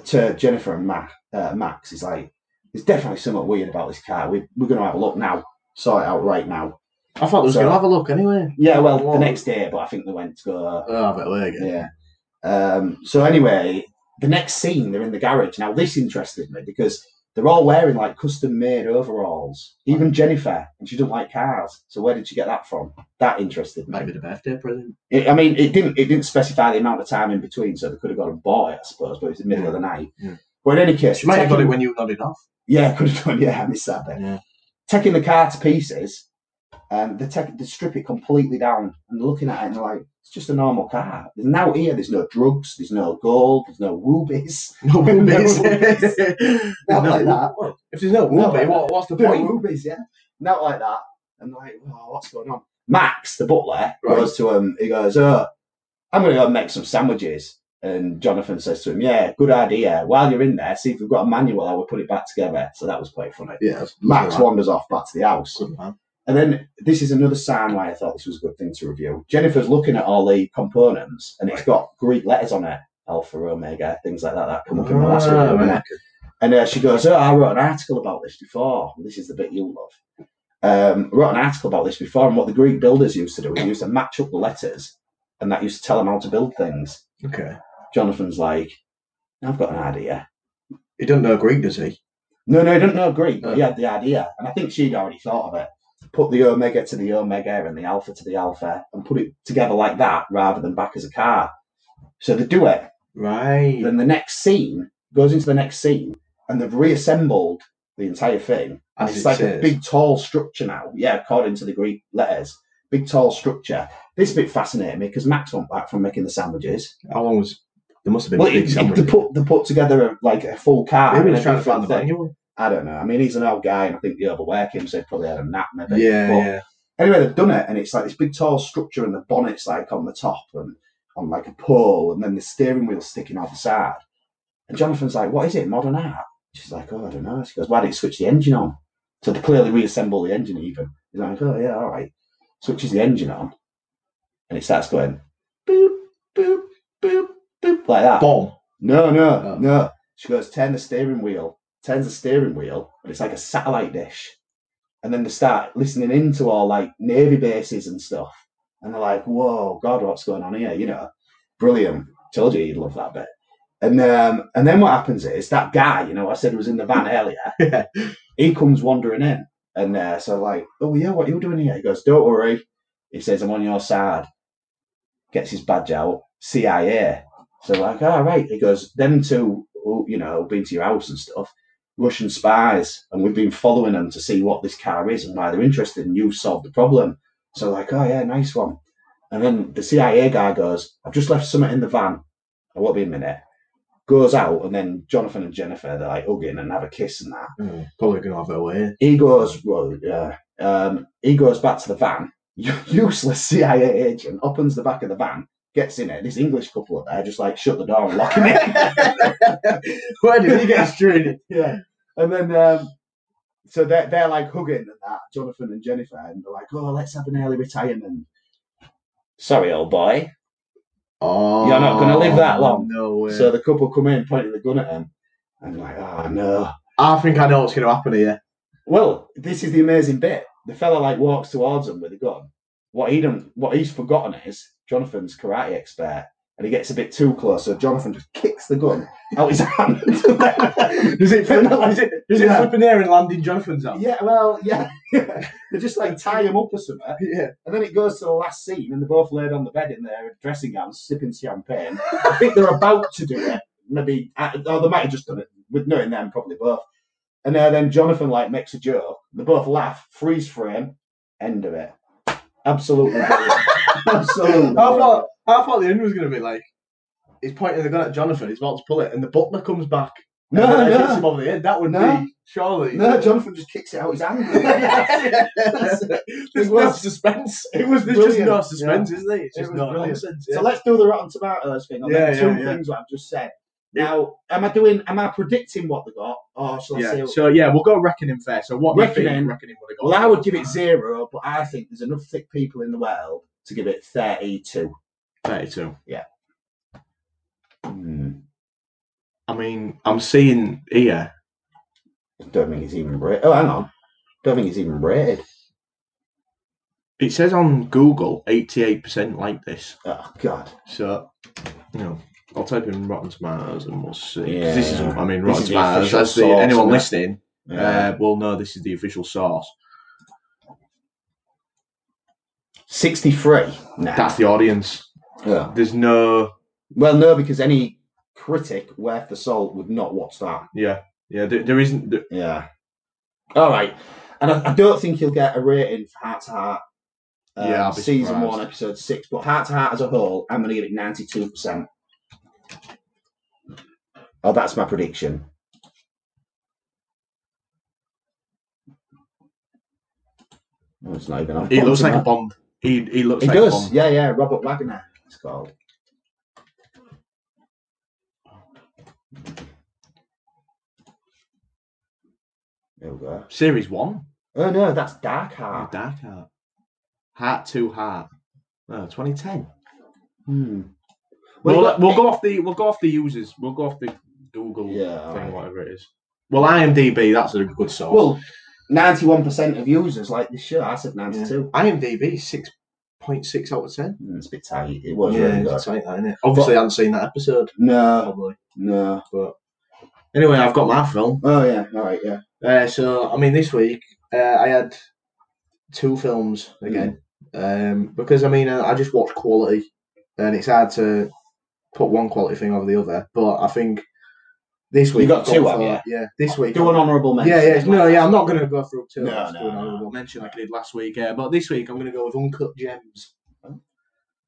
S2: to Jennifer and Ma- uh, Max. He's like, "There's definitely something weird about this car. We, we're going to have a look now. Sort it out right now."
S1: I thought they was
S2: So-
S1: going to have a look anyway.
S2: Yeah, well, the
S1: Well-
S2: next day, but I think they went to go.
S1: Oh, I bet they again.
S2: Yeah. Um, so anyway, the next scene they're in the garage. Now this interested me because they're all wearing like custom made overalls. Even Jennifer, and she doesn't like cars. So where did she get that from? That interested me.
S1: Might be the birthday present.
S2: It, I mean, it didn't it didn't specify the amount of time in between, so they could have got a boy, I suppose, but it was the middle of the night.
S1: Yeah.
S2: But in any case,
S1: She might have got
S2: taking-
S1: it when you nodded off.
S2: yeah, could have done. Yeah, I missed that bit.
S1: Yeah.
S2: Taking the car to pieces, um, they take they strip it completely down and they're looking at it and they're like, it's just a normal car. There's now here, there's no drugs, there's no gold, there's no woobies.
S1: No
S2: woobies.
S1: woobies.
S2: Not like that.
S1: If there's no
S2: No,
S1: woobie,
S2: like
S1: what, what's the
S2: No
S1: point?
S2: woobies, yeah. Not like that. And they're like, oh, what's going on? Max, the butler,
S1: Right.
S2: goes to him, he goes, oh, I'm going to go and make some sandwiches. And Jonathan says to him, yeah, good idea. While you're in there, see if we've got a manual, I will put it back together. So that was quite funny.
S1: Yeah. that's-
S2: Max
S1: that's
S2: wanders off back to the house.
S1: all right. Good man.
S2: And then this is another sign why I thought this was a good thing to review. Jennifer's looking at all the components and it's got Greek letters on it. Alpha, Omega, things like that that come up in the last
S1: Ah,
S2: review.
S1: right.
S2: innit? And uh, she goes, Oh, I wrote an article about this before. And this is the bit you love. Um, I wrote an article about this before. And what the Greek builders used to do, they used to match up the letters and that used to tell them how to build things.
S1: Okay.
S2: Jonathan's like, I've got an idea.
S1: He doesn't know Greek, does he?
S2: No, no, I don't know Greek, but he
S1: Yeah.
S2: had the idea. And I think she'd already thought of it. put the Omega to the Omega and the Alpha to the Alpha and put it together like that rather than back as a car. So they do it.
S1: Right.
S2: Then the next scene goes into the next scene and they've reassembled the entire thing. And
S1: As
S2: it's
S1: it
S2: like a
S1: says.
S2: big tall structure now. Yeah, according to the Greek letters. Big tall structure. This bit fascinated me because Max went back from making the sandwiches.
S1: How long was? There must have been
S2: Well,
S1: a big
S2: it,
S1: sandwich.
S2: they put they put together a, like a full car.
S1: Maybe
S2: and
S1: they're trying to
S2: everything.
S1: find the manual.
S2: I don't know. I mean, he's an old guy, and I think they overwork him, so he probably had a nap
S1: Yeah,
S2: maybe. But
S1: yeah.
S2: anyway, they've done it, and it's like this big tall structure, and the bonnet's like on the top and on like a pole, and then the steering wheel's sticking out the side. And Jonathan's like, "What is it? Modern art?" She's like, "Oh, I don't know." She goes, "Why didn't you switch the engine on?" So they clearly reassemble the engine. Even he's like, "Oh yeah, all right." Switches the engine on, and it starts going boop boop boop boop like that.
S1: Bomb.
S2: No, no,
S1: Oh.
S2: no. She goes, turn the steering wheel, turns the steering wheel, and it's like a satellite dish. And then they start listening into all like Navy bases and stuff. And they're like, whoa, God, what's going on here? You know, brilliant. Told you you'd love that bit. And um, and then what happens is that guy, you know, I said he was in the van earlier,
S1: Yeah.
S2: he comes wandering in. And uh, so, like, oh, yeah, what are you doing here? He goes, don't worry. He says, I'm on your side. Gets his badge out, CIA. So like, all right. He goes, them two, who, you know, been to your house and stuff, Russian spies, and we've been following them to see what this car is and why they're interested, and you've solved the problem. So like, oh yeah, nice one. And then the CIA guy goes, I've just left something in the van. I won't be a minute. Goes out, and then Jonathan and Jennifer, they're like hugging and have a kiss and that.
S1: Mm, Probably gonna have their way.
S2: He goes, well, yeah. Um, he goes back to the van. Useless CIA agent opens the back of the van, gets in it. This English couple up there just like shut the door and lock him in.
S1: Where did he get his training?
S2: yeah. And then, um, so they're, they're like hugging and that, Jonathan and Jennifer, and they're like, oh, let's have an early retirement. Sorry, old boy.
S1: Oh,
S2: You're not gonna live that long.
S1: No way.
S2: So the couple come in, pointing the gun at him, and like, oh, no.
S1: I think I know what's gonna happen here.
S2: Well, this is the amazing bit. The fella like walks towards him with a gun. What he done, what he's forgotten is Jonathan's karate expert, and he gets a bit too close, so Jonathan just kicks the gun out his hand.
S1: Does it flip? Does it, does it
S2: Yeah.
S1: flip in the air and land in Jonathan's hand?
S2: yeah, well, yeah. they just like tie him up or something.
S1: Yeah.
S2: And then it goes to the last scene, and they're both laid on the bed in their dressing gowns, sipping champagne. I think they're about to do it. Maybe, uh, or they might have just done it with knowing them, probably both. And uh, then Jonathan like makes a joke. They both laugh, freeze frame, end of it. Absolutely, brilliant. absolutely.
S1: I thought I thought the end was gonna be like he's pointing the gun at Jonathan, he's about to pull it, and the butler comes back.
S2: no,
S1: and hits
S2: no,
S1: him over the head. That would
S2: No.
S1: be surely.
S2: no. Jonathan just kicks it out his hand.
S1: There's no
S2: was-
S1: suspense.
S2: it was
S1: There's just
S2: brilliant.
S1: no suspense, is there? It's
S2: It
S1: just
S2: was
S1: no
S2: brilliant.
S1: nonsense.
S2: So let's do the Rotten Tomatoes thing. On
S1: Yeah,
S2: the two
S1: yeah, yeah.
S2: things what I've just said. Now, am I doing? Am I predicting what they got, or shall I
S1: yeah.
S2: say?
S1: Yeah. So yeah, we'll go reckoning fair. So what do you think
S2: Reckoning.
S1: reckoning would have gone?
S2: Well, I would give it zero, but I think there's enough thick people in the world to give it 32.
S1: thirty-two.
S2: Hmm.
S1: I mean, I'm seeing here.
S2: Don't think it's even rated. Oh, hang on. Don't think it's even rated.
S1: It says on Google eighty-eight percent like this.
S2: Oh, God.
S1: So you know, I'll type in Rotten Tomatoes and we'll see. 'Cause
S2: Yeah.
S1: This is, I mean,
S2: This
S1: Rotten
S2: is the
S1: Tomatoes.
S2: official
S1: That's the,
S2: source,
S1: anyone
S2: isn't it?
S1: listening
S2: Uh,
S1: uh, will know this is the official source.
S2: 63. Nah.
S1: That's the audience.
S2: Yeah.
S1: There's no.
S2: Well, no, because any critic worth the salt would not watch that.
S1: Yeah. Yeah. There, there isn't. There,
S2: Yeah. All right. And I, I don't think you'll get a rating for Heart to Heart. um,
S1: Yeah, I'll be
S2: season
S1: surprised.
S2: one, episode six. But Heart to Heart as a whole, I'm going to give it 92%. Oh, that's my prediction. Oh, it's not even on.
S1: he looks like a
S2: It
S1: Bond. He he looks like a
S2: does.
S1: Bond.
S2: Yeah, yeah. Robert Wagner, it's called. There we go.
S1: Series one.
S2: Oh, no, that's Dark
S1: Oh,
S2: Heart.
S1: Dark Heart. Heart to Heart. No, 2010.
S2: Hmm.
S1: We'll,
S2: Well,
S1: we'll go off the we'll go off the users. We'll go off the Google
S2: Yeah,
S1: thing,
S2: alright.
S1: whatever it is. Well, IMDb. That's a good source.
S2: Well, ninety-one percent of users like this show. I said ninety-two.
S1: IMDb six point six out of ten.
S2: Mm, it's a bit tight. It was really good.
S1: it's like that, isn't it? Obviously, I haven't seen that episode.
S2: No,
S1: Probably.
S2: no.
S1: Anyway, I've got my film.
S2: Oh yeah, all right, yeah.
S1: Uh, so, I mean, this week uh, I had two films
S2: Mm.
S1: again um, because I mean I, I just watch quality, and it's hard to put one quality thing over the other. But I think this
S2: You
S1: week
S2: got
S1: I've
S2: two,
S1: for-
S2: haven't
S1: yeah, this week
S2: Do an honourable mention.
S1: yeah, yeah, no, yeah. I'm not going to go through two.
S2: No,
S1: No,
S2: no,
S1: no, an
S2: no.
S1: honourable mention like I did last week, uh, but this week I'm going to go with Uncut Gems.
S2: Oh.
S1: Um,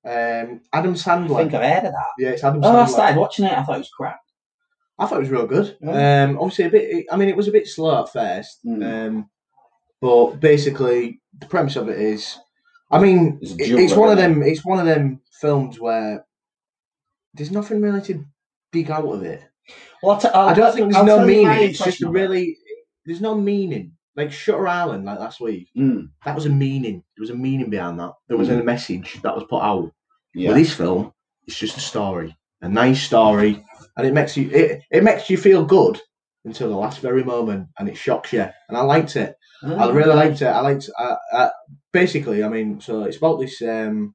S1: Adam
S2: I
S1: Sandler.
S2: think I've heard of that.
S1: yeah, it's Adam
S2: Oh, I
S1: Sandler.
S2: started watching it. I thought it was crap.
S1: I thought it was real good.
S2: Yeah.
S1: Um, obviously a bit. I mean, it was a bit slow at first.
S2: Mm.
S1: Um, but basically the premise of it is, I mean,
S2: It's a
S1: it-
S2: joke,
S1: it's one of
S2: isn't
S1: them. It's one of them films where there's nothing really to dig out of it.
S2: Well, t-
S1: I don't think there's
S2: I'll
S1: no
S2: tell you
S1: meaning.
S2: my
S1: It's just
S2: impression
S1: a
S2: of it.
S1: really there's no meaning. Like Shutter Island, like last week,
S2: Mm,
S1: that was a meaning. There was a meaning behind that. There
S2: Hmm.
S1: was a message that was put out.
S2: yeah.
S1: With this film, it's just a story, a nice story, and it makes you it, it makes you feel good until the last very moment, and it shocks you. And I liked it.
S2: Mm.
S1: I really liked it. I liked. I, I, basically, I mean, so it's about this um,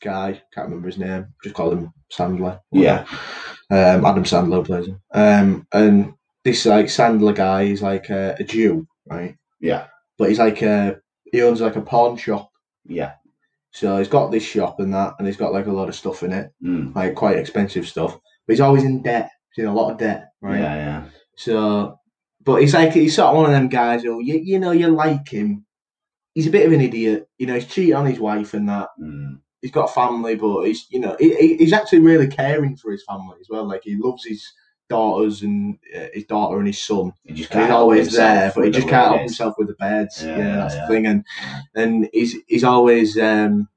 S1: guy. Can't remember his name. Just call him Sandler.
S2: Yeah.
S1: Um, Adam Sandler plays him. Um, and this like Sandler guy is like a, a Jew, right?
S2: Yeah.
S1: But he's like a he owns like a pawn shop.
S2: Yeah.
S1: So he's got this shop and that, and he's got like a lot of stuff in it,
S2: Mm,
S1: like quite expensive stuff. But he's always in debt. He's in a lot of debt, right?
S2: Yeah, yeah.
S1: So, but he's like he's sort of one of them guys who you you know you like him. He's a bit of an idiot, you know. He's cheating on his wife and that.
S2: Mm,
S1: He's got a family, but he's you know he, he- he's actually really caring for his family as well. Like he loves his daughters and uh, his daughter and his son.
S2: he just
S1: And
S2: can't
S1: he's
S2: help
S1: always
S2: himself
S1: there, but he
S2: with the
S1: just can't help
S2: way it is.
S1: himself with the beds.
S2: Yeah,
S1: Yeah,
S2: yeah,
S1: that's
S2: yeah.
S1: the thing. And
S2: Yeah.
S1: and he's he's always um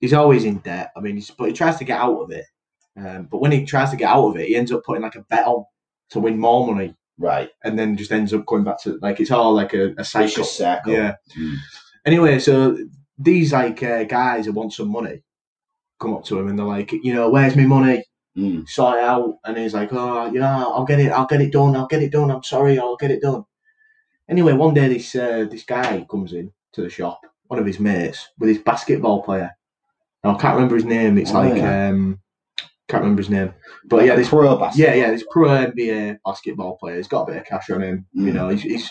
S1: he's always in debt. I mean, he's, but he tries to get out of it. Um, but when he tries to get out of it, he ends up putting like a bet on to win more money
S2: Right.
S1: and then just ends up going back to like it's all like a, a cycle.
S2: Vicious circle.
S1: Yeah.
S2: Mm.
S1: Anyway, so these like uh, guys who want some money come up to him and they're like, you know, where's my money?
S2: Mm.
S1: Sort it out. And he's like, oh, you know, I'll get it, I'll get it done, I'll get it done. I'm sorry, I'll get it done. Anyway, one day this uh, this guy comes in to the shop, one of his mates with his basketball player. Now, I can't remember his name. It's
S2: Oh,
S1: like
S2: yeah.
S1: um, can't remember his name, but yeah, this
S2: pro bastard.
S1: yeah, yeah, he's pro NBA basketball player. He's got a bit of cash on him. You
S2: Mm.
S1: know, he's he's,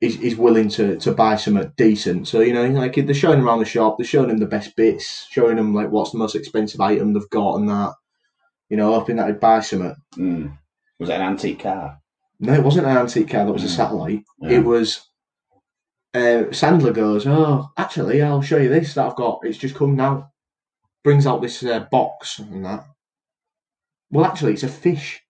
S1: he's he's willing to to buy something decent. So you know, he's like they're showing him around the shop. They're showing him the best bits, showing him like what's the most expensive item they've got and that. You know, hoping that he'd buy something.
S2: Mm. Was it an antique car?
S1: No, it wasn't an antique car. That was a
S2: Mm.
S1: satellite.
S2: Yeah.
S1: It was. Uh, Sandler goes, oh, actually, I'll show you this that I've got. It's just come now. Brings out this uh, box and that. Well, actually, it's a fish.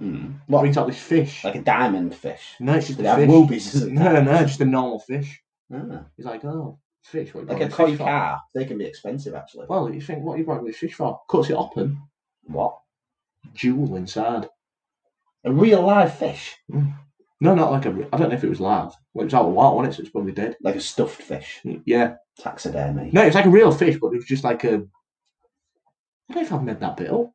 S2: Mm.
S1: Brings out this fish.
S2: Like a diamond fish.
S1: No, it's just
S2: They
S1: a
S2: have
S1: fish.
S2: woobies, isn't
S1: No, no, just a normal fish.
S2: Ah,
S1: He's like, oh, fish. What you
S2: like
S1: brought
S2: a
S1: me
S2: koi
S1: fish for?
S2: car. They can be expensive, actually.
S1: Well, you think what you brought me this fish for? Cuts it open,
S2: What?
S1: jewel inside.
S2: A real live fish.
S1: No, not like a. re- I don't know if it was live. Well, it was out of water, wasn't it? So it's probably dead.
S2: Like a stuffed fish.
S1: Yeah.
S2: Taxidermy.
S1: No, it was like a real fish, but it was just like a. I don't know if I've made that bit up.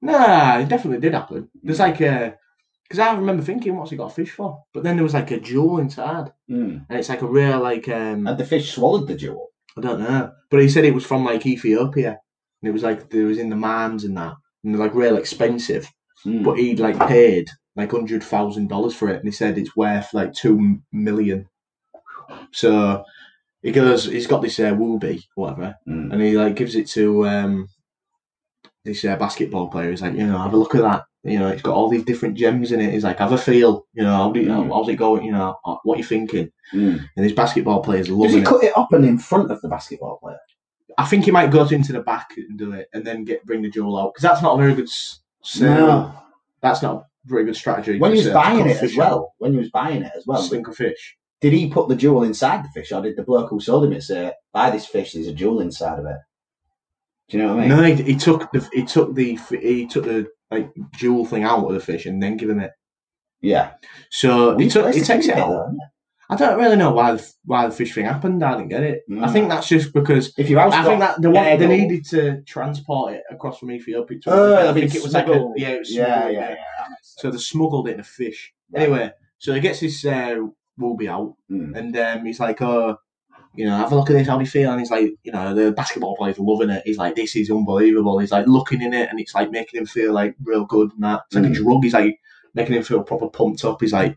S1: Nah, it definitely did happen. There's like a. Because I remember thinking, what's he got a fish for? But then there was like a jewel inside,
S2: Mm.
S1: and it's like a real like. um
S2: And the fish swallowed the jewel.
S1: I don't know. But he said it was from like Ethiopia. And it was like it was in the mines and that. And they're like real expensive.
S2: Mm.
S1: But he'd like paid like hundred thousand dollars for it and he said it's worth like two m- million. So he goes he's got this uh Woolby, whatever,
S2: Mm.
S1: and he like gives it to um this uh, basketball player. He's like, you know, have a look at that. You know, it's got all these different gems in it. He's like, have a feel. You know, how do you,
S2: Mm.
S1: how's it going? You know, uh, what are you thinking?
S2: Mm.
S1: And his basketball players
S2: Does
S1: loving
S2: he
S1: it.
S2: cut it up and in front of the basketball player?
S1: I think he might go into the back and do it, and then get bring the jewel out because that's not a very good. s- sale. that's not a very good strategy.
S2: When he was
S1: It's a
S2: buying
S1: cut
S2: it as
S1: fish out,
S2: well, when he was buying it as well,
S1: stink of fish.
S2: did he put the jewel inside the fish, or did the bloke who sold him it say, "Buy this fish, there's a jewel inside of it"? Do you know what I mean?
S1: No, he, he took the he took the f- he took the like jewel thing out of the fish and then give him it.
S2: Yeah,
S1: So he,
S2: Weird
S1: took,
S2: place
S1: he
S2: to
S1: takes
S2: keep
S1: it out.
S2: though, isn't it?
S1: I don't really know why the, f- why the fish thing happened. I didn't get it.
S2: Mm.
S1: I think that's just because
S2: If your house,
S1: I
S2: got,
S1: think that they, want, they
S2: Edel-
S1: needed to transport it across from Ethiopia. To
S2: Oh,
S1: I
S2: that'd be
S1: think it was like a,
S2: smuggled.
S1: yeah, it was
S2: yeah, yeah,
S1: smuggled,
S2: yeah, that makes
S1: So they smuggled it in a fish.
S2: Right.
S1: Anyway, so he gets his uh, Wolby out,
S2: Mm.
S1: and um, he's like, "Oh, you know, have a look at this. How do you feel?" And he's like, "You know, the basketball player's loving it. He's like, this is unbelievable. He's like looking in it, and it's like making him feel like real good and that. It's like
S2: Mm.
S1: a drug. He's like making him feel proper pumped up. He's like."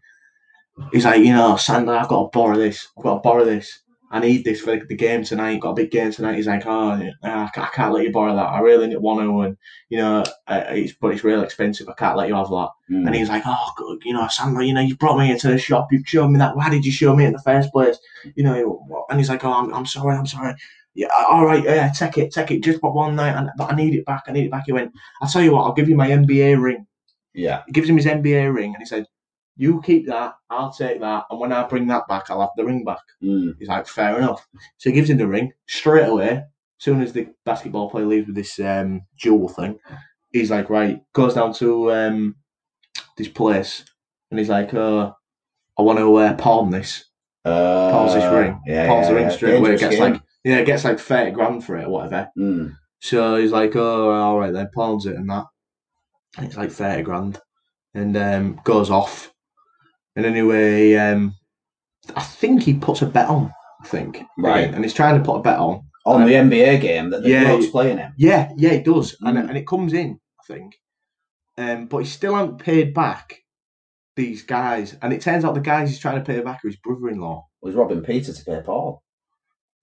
S1: he's like, you know, Sander, I've got to borrow this. I've got to borrow this. I need this for the game tonight. Got a big game tonight. He's like, oh, yeah, I ca- I can't let you borrow that. I really need one to win. You know, uh, it's, but it's really expensive. I can't let you have that. And
S2: Mm.
S1: he's like, oh, good, you know, Sandra, you know, you brought me into the shop. You've shown me that. Why did you show me in the first place? You know, what- and he's like, oh, I'm, I'm sorry, I'm sorry. Yeah, all right, yeah, take it, take it. Just for one night, and, but I need it back. I need it back. He went, I'll tell you what, I'll give you my NBA ring.
S2: Yeah.
S1: He gives him his NBA ring, and he said, you keep that, I'll take that, and when I bring that back, I'll have the ring back.
S2: Mm.
S1: He's like, fair enough. So he gives him the ring straight away. As soon as the basketball player leaves with this um, jewel thing, he's like, right, goes down to um, this place and he's like, uh, I want to uh, palm this.
S2: Uh,
S1: Palms his ring.
S2: Yeah,
S1: Palms
S2: yeah,
S1: the ring
S2: yeah.
S1: straight away.
S2: Dangerous
S1: Gets
S2: game.
S1: like, yeah, gets like 30 grand for it or whatever.
S2: Mm.
S1: So he's like, oh, all right, then palms it and that. And It's like 30 grand and um, goes off. And anyway, um, I think he puts a bet on, I think.
S2: Right.
S1: And he's trying to put a bet on.
S2: On the NBA game that the
S1: Yeah.
S2: bloke's playing him.
S1: Yeah, yeah, it does, and
S2: Mm.
S1: and it comes in, I think. Um, but he still hasn't paid back these guys, and it turns out the guys he's trying to pay back are his brother-in-law.
S2: Was Robin Peter to pay Paul?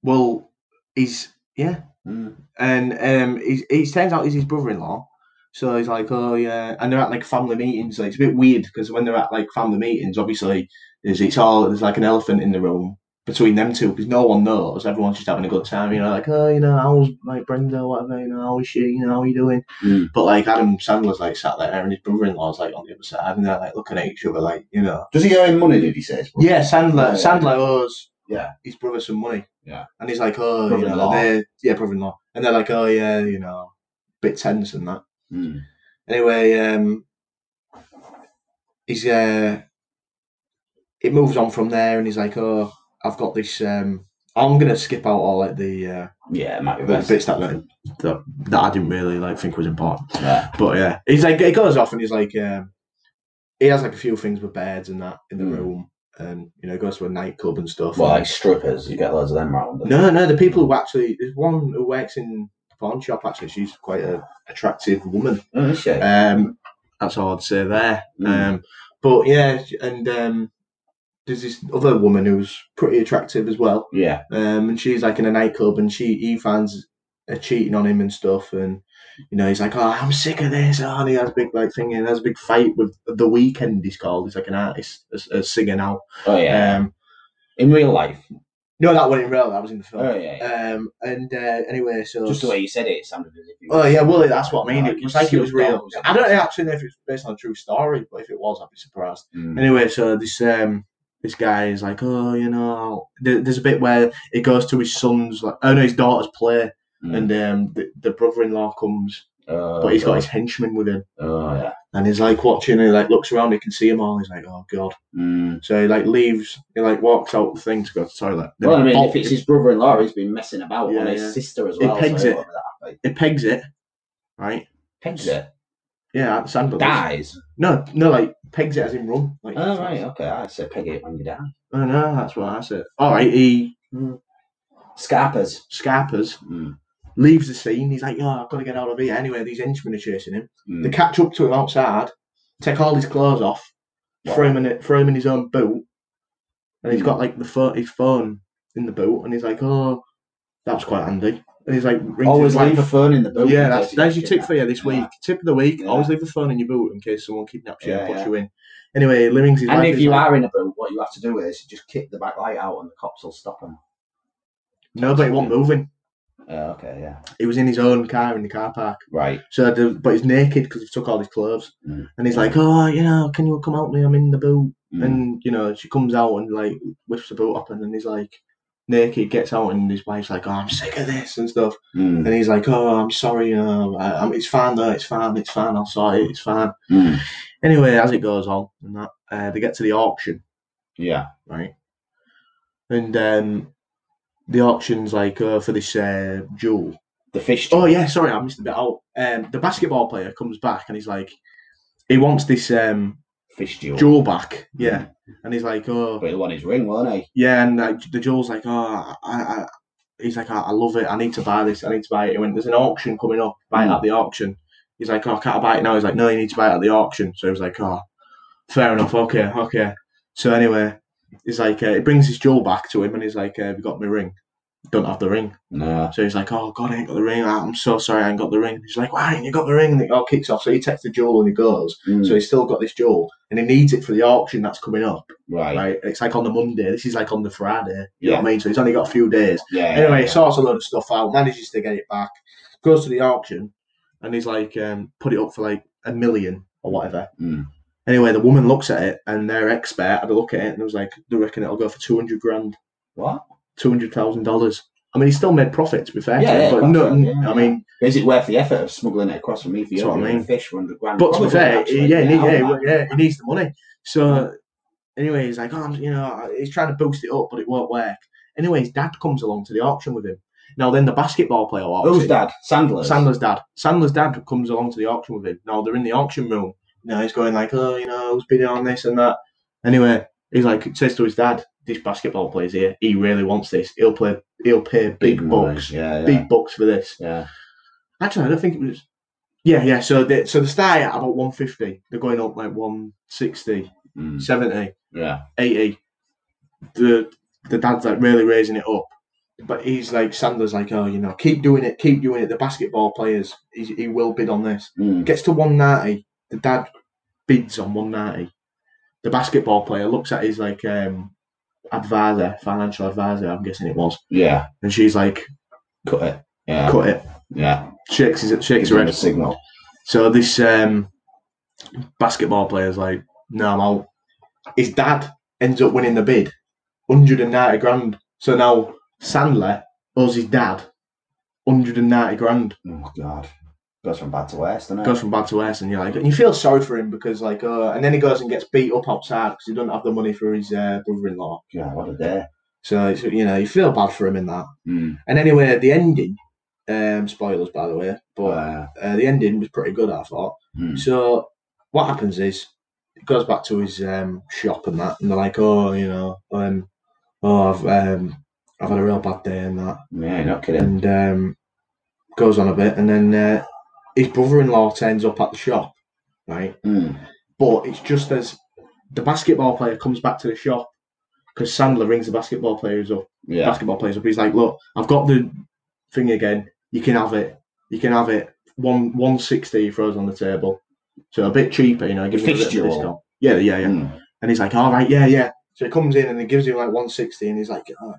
S1: Well, he's
S2: Mm.
S1: and um, he's, it turns out he's his brother-in-law. So he's like, oh yeah, and they're at like family meetings. Like, it's a bit weird because when they're at like family meetings, obviously, there's it's all there's like an elephant in the room between them two because no one knows. Everyone's just having a good time, you know, like oh, you know, how's like Brenda, whatever, you know, how is she, you know, how you doing?
S2: Mm.
S1: But like Adam Sandler's like sat there and his brother in law's like on the other side and they're like looking at each other like, you know.
S2: Does he owe him money, did he say?
S1: Yeah, Sandler
S2: Yeah.
S1: Sandler owes
S2: Yeah.
S1: his brother some money.
S2: Yeah.
S1: And he's like, Oh, you know,
S2: Brother-in-law.
S1: they're yeah, brother in law. And they're like, Oh yeah, you know, bit tense and that.
S2: Mm.
S1: Anyway, um he's uh it moves on from there and he's like, Oh, I've got this um I'm gonna skip out all like the uh
S2: Yeah, it might be
S1: the
S2: best.
S1: bits that, that that I didn't really like think was important.
S2: Yeah.
S1: But yeah, he's like he goes off and he's like um, he has like a few things with beds and that in the
S2: Mm.
S1: room, and you know he goes to a nightclub and stuff.
S2: Well, like strippers, you get loads of them round.
S1: no, no, the people who actually there's one who works in a pawn shop actually. She's quite a attractive woman.
S2: Oh, is she?
S1: Um, that's all I'd say there.
S2: Mm.
S1: Um, but yeah, and um, there's this other woman who's pretty attractive as well.
S2: yeah.
S1: Um, and she's like in a nightclub, and she he finds her cheating on him and stuff, and you know he's like, oh, I'm sick of this. Oh, and he has a big like thing, and has a big fight with the weekend. He's called. He's like an artist, a, a singer now.
S2: Oh, yeah.
S1: Um,
S2: in real life.
S1: Oh, no, that wasn't real. That was in the film.
S2: Oh, yeah. yeah.
S1: Um, and uh, anyway, so
S2: Just the way you said it, it sounded as if you.
S1: Oh yeah, well that's what I mean.
S2: Like,
S1: It was like it was
S2: Snoop Dogg
S1: real.
S2: or something.
S1: I don't actually know if it's based on a true story, but if it was, I'd be surprised.
S2: Mm.
S1: Anyway, so this um this guy is like, oh, you know, there, there's a bit where it goes to his son's like, oh no, his daughter's play,
S2: Mm.
S1: and um the, the brother-in-law comes,
S2: Oh,
S1: but he's got his
S2: God.
S1: henchmen with him,
S2: Oh, yeah.
S1: and he's like watching, and he like looks around, he can see him all, he's like, oh god.
S2: Mm.
S1: So he like leaves, he like walks out the thing to go to the toilet. Then
S2: Well, I
S1: he
S2: mean, if
S1: bolts-
S2: it's his brother-in-law, he's been messing about
S1: Yeah,
S2: on his
S1: yeah.
S2: sister as
S1: He
S2: well.
S1: pegs
S2: so
S1: it. he pegs it, right?
S2: Pegs it.
S1: Yeah, at Sandler.
S2: Dies.
S1: No, no, like pegs it as in run. Like,
S2: Oh, right. Okay. I said peg it when you die.
S1: Oh no, that's what I said. All right, he
S2: Scarpers.
S1: scarpers,
S2: Mm.
S1: leaves the scene. He's like, oh, I've got to get out of here. Anyway, these henchmen are chasing him. They
S2: Mm.
S1: catch up to him outside, take all his clothes off,
S2: Wow.
S1: throw him in it, throw him in his own boot, and he's
S2: Hmm.
S1: got like the pho- his phone in the boot, and he's like, "Oh, that's quite handy." And he's like, rings
S2: Always
S1: his wife.
S2: leave a phone in the boot.
S1: yeah,
S2: in
S1: that's
S2: case
S1: there's
S2: you
S1: your
S2: get
S1: tip for you this
S2: kidnapped. Yeah.
S1: week. Tip of the week:
S2: Yeah.
S1: always leave the phone in your boot in case someone kidnaps you
S2: Yeah,
S1: and puts
S2: yeah.
S1: you in. Anyway, he rings his
S2: And
S1: wife.
S2: if
S1: he's
S2: you
S1: like,
S2: are in a boot, what you have to do is just kick the back light out, and the cops will stop him.
S1: no, but he wasn't moving.
S2: Oh, okay. Yeah.
S1: He was in his own car in the car park.
S2: Right.
S1: So, the, but he's naked because he took all his clothes,
S2: Mm.
S1: and he's like, "Oh, you know, can you come help me? I'm in the boot."
S2: Mm.
S1: And you know, she comes out and like whips the boot up, and then he's like naked, gets out, and his wife's like, "Oh, I'm sick of this and stuff."
S2: Mm.
S1: And he's like, "Oh, I'm sorry, you know, I, I'm, it's fine though, it's fine, it's fine, I'll sort it, it's fine."
S2: Mm.
S1: Anyway, as it goes on, and that uh, they get to the auction,
S2: Yeah.
S1: right? And um, the auction's like uh, for this uh, jewel,
S2: The fish.
S1: Oh yeah, sorry, I missed a bit out. Um, the basketball player comes back and he's like, he wants this um,
S2: Fish duel.
S1: jewel back, yeah. And he's like, oh,
S2: But he'll want his ring, won't he?
S1: yeah. And like, the jewel's like, oh, I, I, he's like, I, I love it. I need to buy this. I need to buy it. He went, there's an auction coming up. Buy it at the auction. He's like, oh, can't I buy it now? He's like, no, you need to buy it at the auction. So he was like, oh, fair enough. Okay, okay. So anyway, he's like, uh, he brings his jewel back to him, and he's like, uh, "Have you got my ring? Don't have the ring."
S2: No.
S1: So he's like, "Oh God, I ain't got the ring. Ah, I'm so sorry, I ain't got the ring." He's like, "Why ain't you got the ring?" And it all kicks off. So he takes the jewel and he goes.
S2: Mm.
S1: So he's still got this jewel, and he needs it for the auction that's coming up.
S2: right.
S1: Right? It's like on the Monday. This is like on the Friday. You know
S2: Yeah.
S1: what I mean? So he's only got a few days.
S2: Yeah.
S1: Anyway,
S2: yeah,
S1: he sorts a load of stuff out, manages to get it back, goes to the auction, and he's like, um, put it up for like a million or whatever.
S2: Mm.
S1: Anyway, the woman looks at it, and their expert had a look at it, and was like, they reckon it'll go for 200 grand,
S2: What?
S1: $200,000. I mean, he still made profit, to be fair, to
S2: Yeah,
S1: him,
S2: yeah,
S1: but
S2: of
S1: no,
S2: course, yeah,
S1: I mean,
S2: Is it worth the effort of smuggling it across from me for
S1: That's
S2: you?
S1: what I mean.
S2: Fish for 100 grand.
S1: but to be
S2: Probably,
S1: fair,
S2: actually.
S1: yeah, yeah,
S2: I
S1: yeah,
S2: would like-
S1: yeah, he needs the money. So, anyway, he's like, oh, I'm- you know, he's trying to boost it up, but it won't work. Anyway, his dad comes along to the auction with him. Now, then the basketball player walks
S2: Who's
S1: in.
S2: dad? Sandler.
S1: Sandler's dad. Sandler's dad comes along to the auction with him. Now they're in the auction room. Now he's going like, oh, you know, who's bidding on this and that. Anyway, he's like says to his dad, this basketball player's here. He really wants this. He'll play. He'll pay big,
S2: money.
S1: bucks.
S2: Yeah, yeah.
S1: Big bucks for this.
S2: Yeah.
S1: Actually, I don't think it was. Yeah, yeah. So they so they start at about one fifty. They're going up like 160,
S2: Mm.
S1: 70,
S2: Yeah.
S1: 80. The the dad's like really raising it up. But he's like Sandler's like, oh, you know, keep doing it, keep doing it. The basketball players, he, he will bid on this.
S2: Mm.
S1: Gets to 190. The dad bids on 190. The basketball player looks at his like um, advisor, financial advisor, I'm guessing it was,
S2: Yeah.
S1: and she's like,
S2: Cut it. Yeah.
S1: cut it,
S2: Yeah.
S1: shakes his shakes
S2: Give
S1: her
S2: him a
S1: head.
S2: signal.
S1: So this um, basketball player's like, no, I'm out. His dad ends up winning the bid, 190 grand. So now Sandler owes his dad 190 grand.
S2: Oh, God. Goes from bad to worse, doesn't it?
S1: Goes from bad to worse, and you're like, and you feel sorry for him because like, uh, and then he goes and gets beat up outside because he doesn't have the money for his uh, brother-in-law.
S2: yeah, what a day.
S1: So it's, you know, you feel bad for him in that.
S2: Mm.
S1: And anyway, the ending, um, spoilers by the way, but
S2: Uh,
S1: uh, the ending was pretty good, I thought.
S2: mm.
S1: So what happens is it goes back to his um, shop and that, and they're like, oh, you know, um, oh, I've um, I've had a real bad day and that,
S2: Yeah, you're not kidding.
S1: and um, goes on a bit, and then uh, his brother-in-law turns up at the shop, right?
S2: Mm.
S1: But it's just as the basketball player comes back to the shop because Sandler rings the basketball players up.
S2: Yeah.
S1: Basketball players up. He's like, look, I've got the thing again. You can have it. You can have it. One one sixty he throws on the table, so a bit cheaper, you know. Give
S2: The
S1: him a bit of
S2: fixture.
S1: a discount. Yeah, yeah, yeah.
S2: Mm.
S1: And he's like, all right, yeah, yeah. So he comes in and he gives him like 160, and he's like, uh,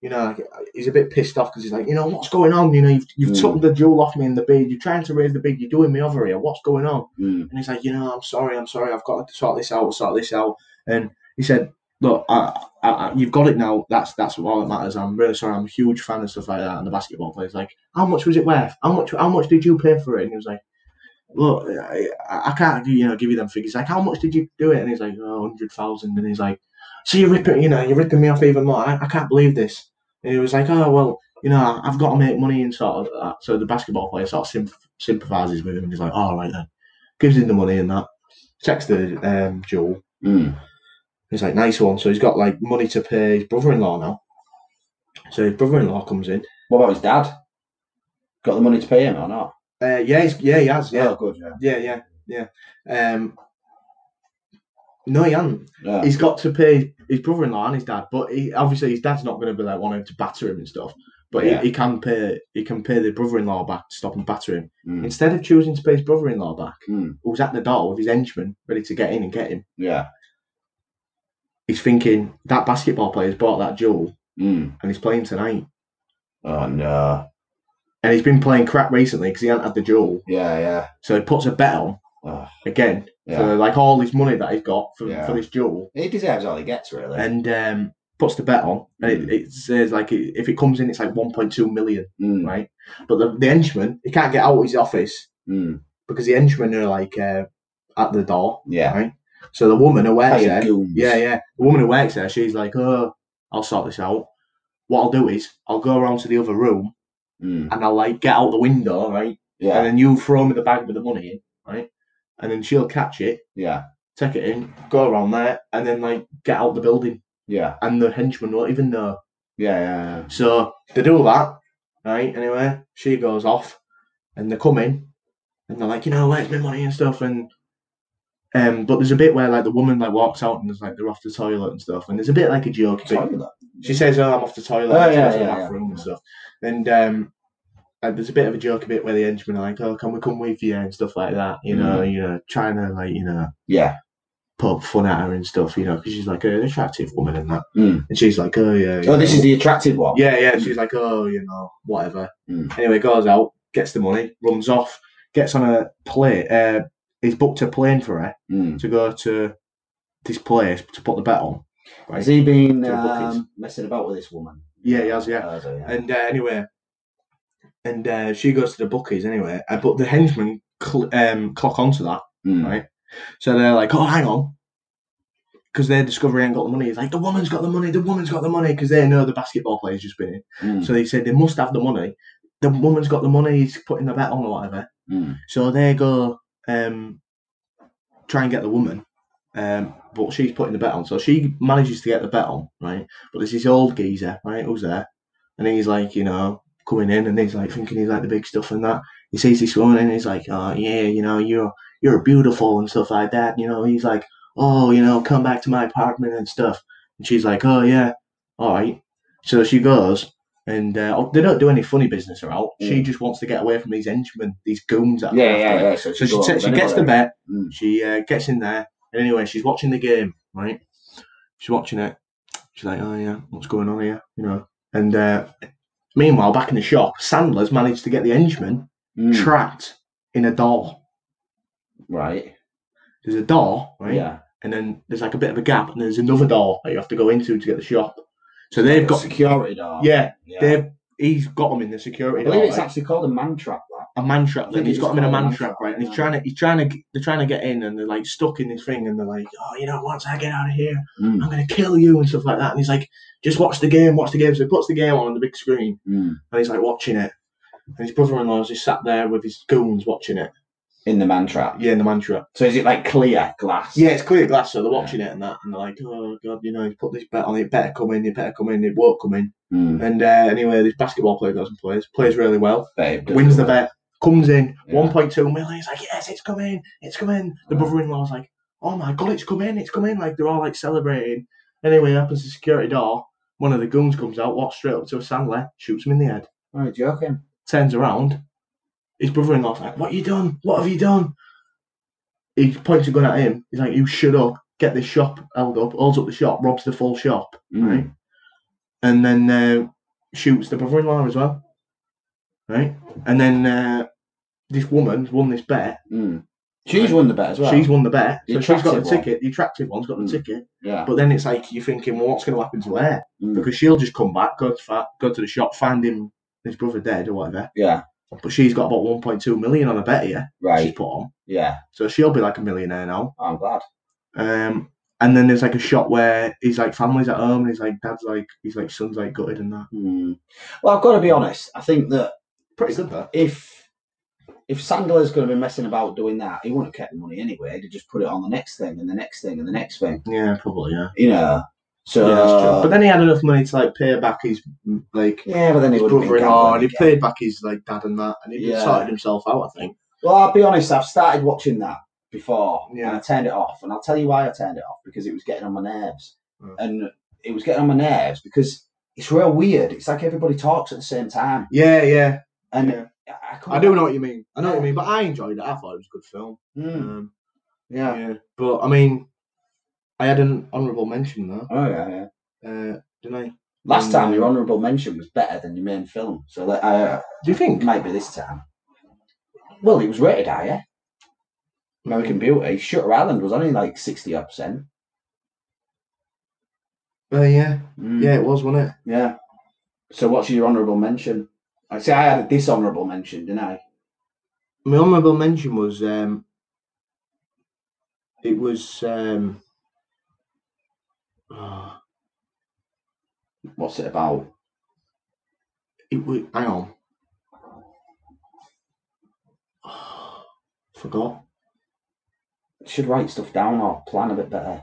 S1: you know, like, uh," he's a bit pissed off because he's like, you know, what's going on? You know, you've, you've
S2: Mm.
S1: took the jewel off me in the bid. You're trying to raise the bid. You're doing me over here. What's going on?
S2: Mm.
S1: And he's like, you know, I'm sorry, I'm sorry. I've got to sort this out, sort this out. And he said, look, I, I, I, you've got it now. That's that's all that matters. I'm really sorry. I'm a huge fan and stuff like that. And the basketball player's like, how much was it worth? How much? How much did you pay for it? And he was like. Look, I, I I can't you know give you them figures. Like, how much did you do it? And he's like, oh, hundred thousand. And he's like, so you're ripping, you know, you're ripping me off even more. I, I can't believe this. And he was like, oh well, you know, I've got to make money and sort of that. So the basketball player sort of symp- sympathizes with him and he's like, all right then gives him the money and that. Checks the um, jewel.
S2: Mm.
S1: He's like, nice one. So he's got like money to pay his brother-in-law now. So his brother-in-law comes in.
S2: What about his dad? Got the money to pay him or not?
S1: Uh, yeah, he's, yeah, he has. Yeah,
S2: Oh, good. Yeah.
S1: yeah, yeah, yeah. Um, no, he hasn't.
S2: yeah.
S1: He's got to pay his brother-in-law and his dad, but he, obviously his dad's not going to be like wanting to batter him and stuff. But
S2: Yeah.
S1: he, he can pay. He can pay the brother-in-law back to stop him battering.
S2: Mm.
S1: Instead of choosing to pay his brother-in-law back,
S2: Mm.
S1: who's at the door with his henchman ready to get in and get him,
S2: Yeah.
S1: he's thinking that basketball player's bought that jewel
S2: Mm.
S1: and he's playing tonight.
S2: Oh, no.
S1: And he's been playing crap recently because he hasn't had the jewel.
S2: Yeah, yeah.
S1: So he puts a bet on
S2: Oh,
S1: again
S2: yeah.
S1: for like all his money that he's got for,
S2: Yeah.
S1: for this jewel,
S2: He deserves all he gets, really.
S1: and um, puts the bet on. And
S2: Mm.
S1: it, it says like it, if it comes in, it's like one point two million,
S2: Mm,
S1: right? But the, the henchman he can't get out of his office
S2: mm,
S1: because the henchmen are like uh, at the door.
S2: yeah.
S1: So the woman who works
S2: Hired
S1: there,
S2: goons.
S1: yeah, yeah, the woman who works there, she's like, oh, I'll sort this out. What I'll do is I'll go around to the other room
S2: Mm,
S1: and I'll like get out the window, right? and
S2: yeah.
S1: then you throw me the bag with the money in, right? And then she'll catch it,
S2: Yeah.
S1: take it in, go around there, and then like get out the building.
S2: Yeah.
S1: And the henchman won't even know.
S2: Yeah. Yeah.
S1: So they do that, right? Anyway, she goes off, and they come in, and they're like, you know, where's my money and stuff? And Um, but there's a bit where like the woman like walks out and there's like they're off the toilet and stuff, and there's a bit like a joke. bit-
S2: Toilet.
S1: she says, "Oh, I'm off the toilet,
S2: Oh,
S1: I'm
S2: yeah,
S1: to the
S2: yeah,
S1: bathroom and stuff." And um, and there's a bit of a joke, a bit where the henchmen are like, "Oh, can we come with you?" and stuff like that. You know,
S2: Mm.
S1: you know, trying to like you know
S2: Yeah.
S1: poke fun at her and stuff. You know, because she's like an attractive woman and that,
S2: Mm.
S1: and she's like, "Oh yeah." you
S2: Oh, this
S1: know,
S2: is the attractive one.
S1: yeah, yeah. She's like, oh, you know, whatever.
S2: Mm.
S1: Anyway, goes out, gets the money, runs off, gets on a plane. Uh, he's booked a plane for her
S2: Mm.
S1: to go to this place to put the bet on.
S2: Has he been
S1: To the bookies.
S2: um, messing about with this woman? Oh,
S1: Yeah, he has, yeah.
S2: Has he? yeah.
S1: And uh, anyway, and uh, she goes to the bookies anyway. Uh, but the henchmen cl- um, clock onto that,
S2: Mm.
S1: right? So they're like, oh, hang on. Because they discover he ain't got the money. He's like, the woman's got the money, the woman's got the money. Because they know the basketball player's just been in.
S2: Mm.
S1: So they said they must have the money. The woman's got the money, he's putting the bet on or whatever.
S2: Mm.
S1: So they go um, try and get the woman, um, but she's putting the bet on. So she manages to get the bet on, right? But there's this old geezer, right, who's there, and he's like, you know, coming in, and he's like thinking he's like the big stuff and that. He sees this woman, and he's like, oh yeah, you know, you're you're beautiful and stuff like that. You know, he's like, oh, you know, come back to my apartment and stuff. And she's like, oh yeah, all right. So she goes, and uh, oh, they don't do any funny business or out. She
S2: Yeah.
S1: just wants to get away from these henchmen, these goons. that are
S2: Yeah,
S1: after her.
S2: yeah, yeah. So,
S1: So she,
S2: got
S1: ta-
S2: up
S1: she gets the
S2: anyway.
S1: bet.
S2: Mm.
S1: She uh, gets in there. And anyway, she's watching the game, right? She's watching it. She's like, oh, yeah, what's going on here? You know. And uh, meanwhile, back in the shop, Sandler's managed to get the henchman
S2: Mm.
S1: trapped in a door.
S2: Right.
S1: There's a door, right?
S2: Yeah.
S1: And then there's like a bit of a gap, and there's another door that you have to go into to get the shop. So they've got,
S2: security dog.
S1: yeah,
S2: yeah.
S1: they've he's got them in the
S2: I
S1: security.
S2: believe
S1: door,
S2: it's
S1: like-
S2: actually called a man trap. That.
S1: a man trap.
S2: I
S1: Like,
S2: think
S1: he's
S2: it's
S1: got him in a
S2: called a
S1: man
S2: man
S1: trap,
S2: trap,
S1: right? And he's
S2: yeah.
S1: trying to, he's trying to, they're trying to get in, and they're like stuck in this thing, and they're like, oh, you know, once I get out of here,
S2: Mm.
S1: I'm gonna kill you and stuff like that. And he's like, just watch the game, watch the game. So he puts the game on the big screen,
S2: Mm.
S1: and he's like watching it. And his brother-in-law's just sat there with his goons watching it.
S2: In the man trap.
S1: Yeah, in the man trap.
S2: So is it like clear glass?
S1: Yeah, it's clear glass, so they're watching it and that, and they're like, oh god, you know, he's put this bet on it. Better come in, it better come in, it won't come in.
S2: Mm.
S1: And uh, anyway, this basketball player goes and plays, plays really well.
S2: Babe, does
S1: wins the
S2: it.
S1: bet, comes in,
S2: Yeah.
S1: 1.2 million. He's like, yes, it's come in, it's come in. The
S2: Right.
S1: brother in law's like, oh my God, it's come in, it's come in. Like, they're all like celebrating. Anyway, opens the security door. One of the goons comes out, walks straight up to a Sandler, shoots him in the head,
S2: Oh, you're joking.
S1: turns around. His brother in law's like, what you done? What have you done? He points a gun at him. He's like, you shut up, get this shop held up, holds up the shop, robs the full shop,
S2: Mm.
S1: right? And then uh, shoots the brother in law as well, right? And then uh, this woman's won this bet.
S2: Mm. She's won the bet as well.
S1: She's won the bet.
S2: The
S1: so she's got the
S2: attractive one.
S1: ticket. The attractive one's got the
S2: Mm.
S1: ticket.
S2: Yeah.
S1: But then it's like you're thinking, well, what's going to happen to her?
S2: Mm.
S1: Because she'll just come back, go to fa- go to the shop, find him, his brother dead or whatever.
S2: Yeah.
S1: But she's got about 1.2 million on a bet here. She's
S2: Right.
S1: put on,
S2: Yeah.
S1: so she'll be like a millionaire now.
S2: I'm glad.
S1: Um, and then there's like a shot where he's like family's at home, and he's like dad's like he's like son's like gutted and that.
S2: Mm. Well, I've got to be honest. I think that
S1: Pretty good though.
S2: if if Sandler's going to be messing about doing that, he wouldn't have kept the money anyway. He'd have just put it on the next thing and the next thing and the next thing.
S1: Yeah, probably yeah.
S2: You know. So
S1: yeah, that's true. But then he had enough money to like pay back his like
S2: Yeah, but then
S1: his
S2: he would have been
S1: brother-in-law, and
S2: gambling
S1: he
S2: again.
S1: paid back his like dad and that, and he
S2: Yeah.
S1: sorted himself out. I think.
S2: Well, I'll be honest. I've started watching that before,
S1: Yeah.
S2: and I turned it off. And I'll tell you why I turned it off because it was getting on my nerves,
S1: Mm.
S2: and it was getting on my nerves because it's real weird. It's like everybody talks at the same time,
S1: Yeah, yeah.
S2: and uh,
S1: Yeah.
S2: I, couldn't-
S1: I do know what you mean. I know what you mean, but I enjoyed it. I thought it was a good film.
S2: Mm,
S1: Um,
S2: yeah.
S1: yeah, but I mean, I had an honourable mention though,
S2: Oh yeah, yeah.
S1: uh, didn't I?
S2: Last
S1: Mm.
S2: time your honourable mention was better than your main film, so that uh,
S1: Do you think?
S2: it might be this time. Well, it was rated higher. American
S1: Mm.
S2: Beauty, Shutter Island was only like sixty odd percent.
S1: Uh, yeah,
S2: Mm.
S1: yeah, it was, wasn't it?
S2: Yeah. So what's your honourable mention? I say I had a dishonourable mention, didn't I?
S1: My honourable mention was um, it was um, oh,
S2: What's it about?
S1: it was. Hang on, forgot.
S2: Should write stuff down or plan a bit better.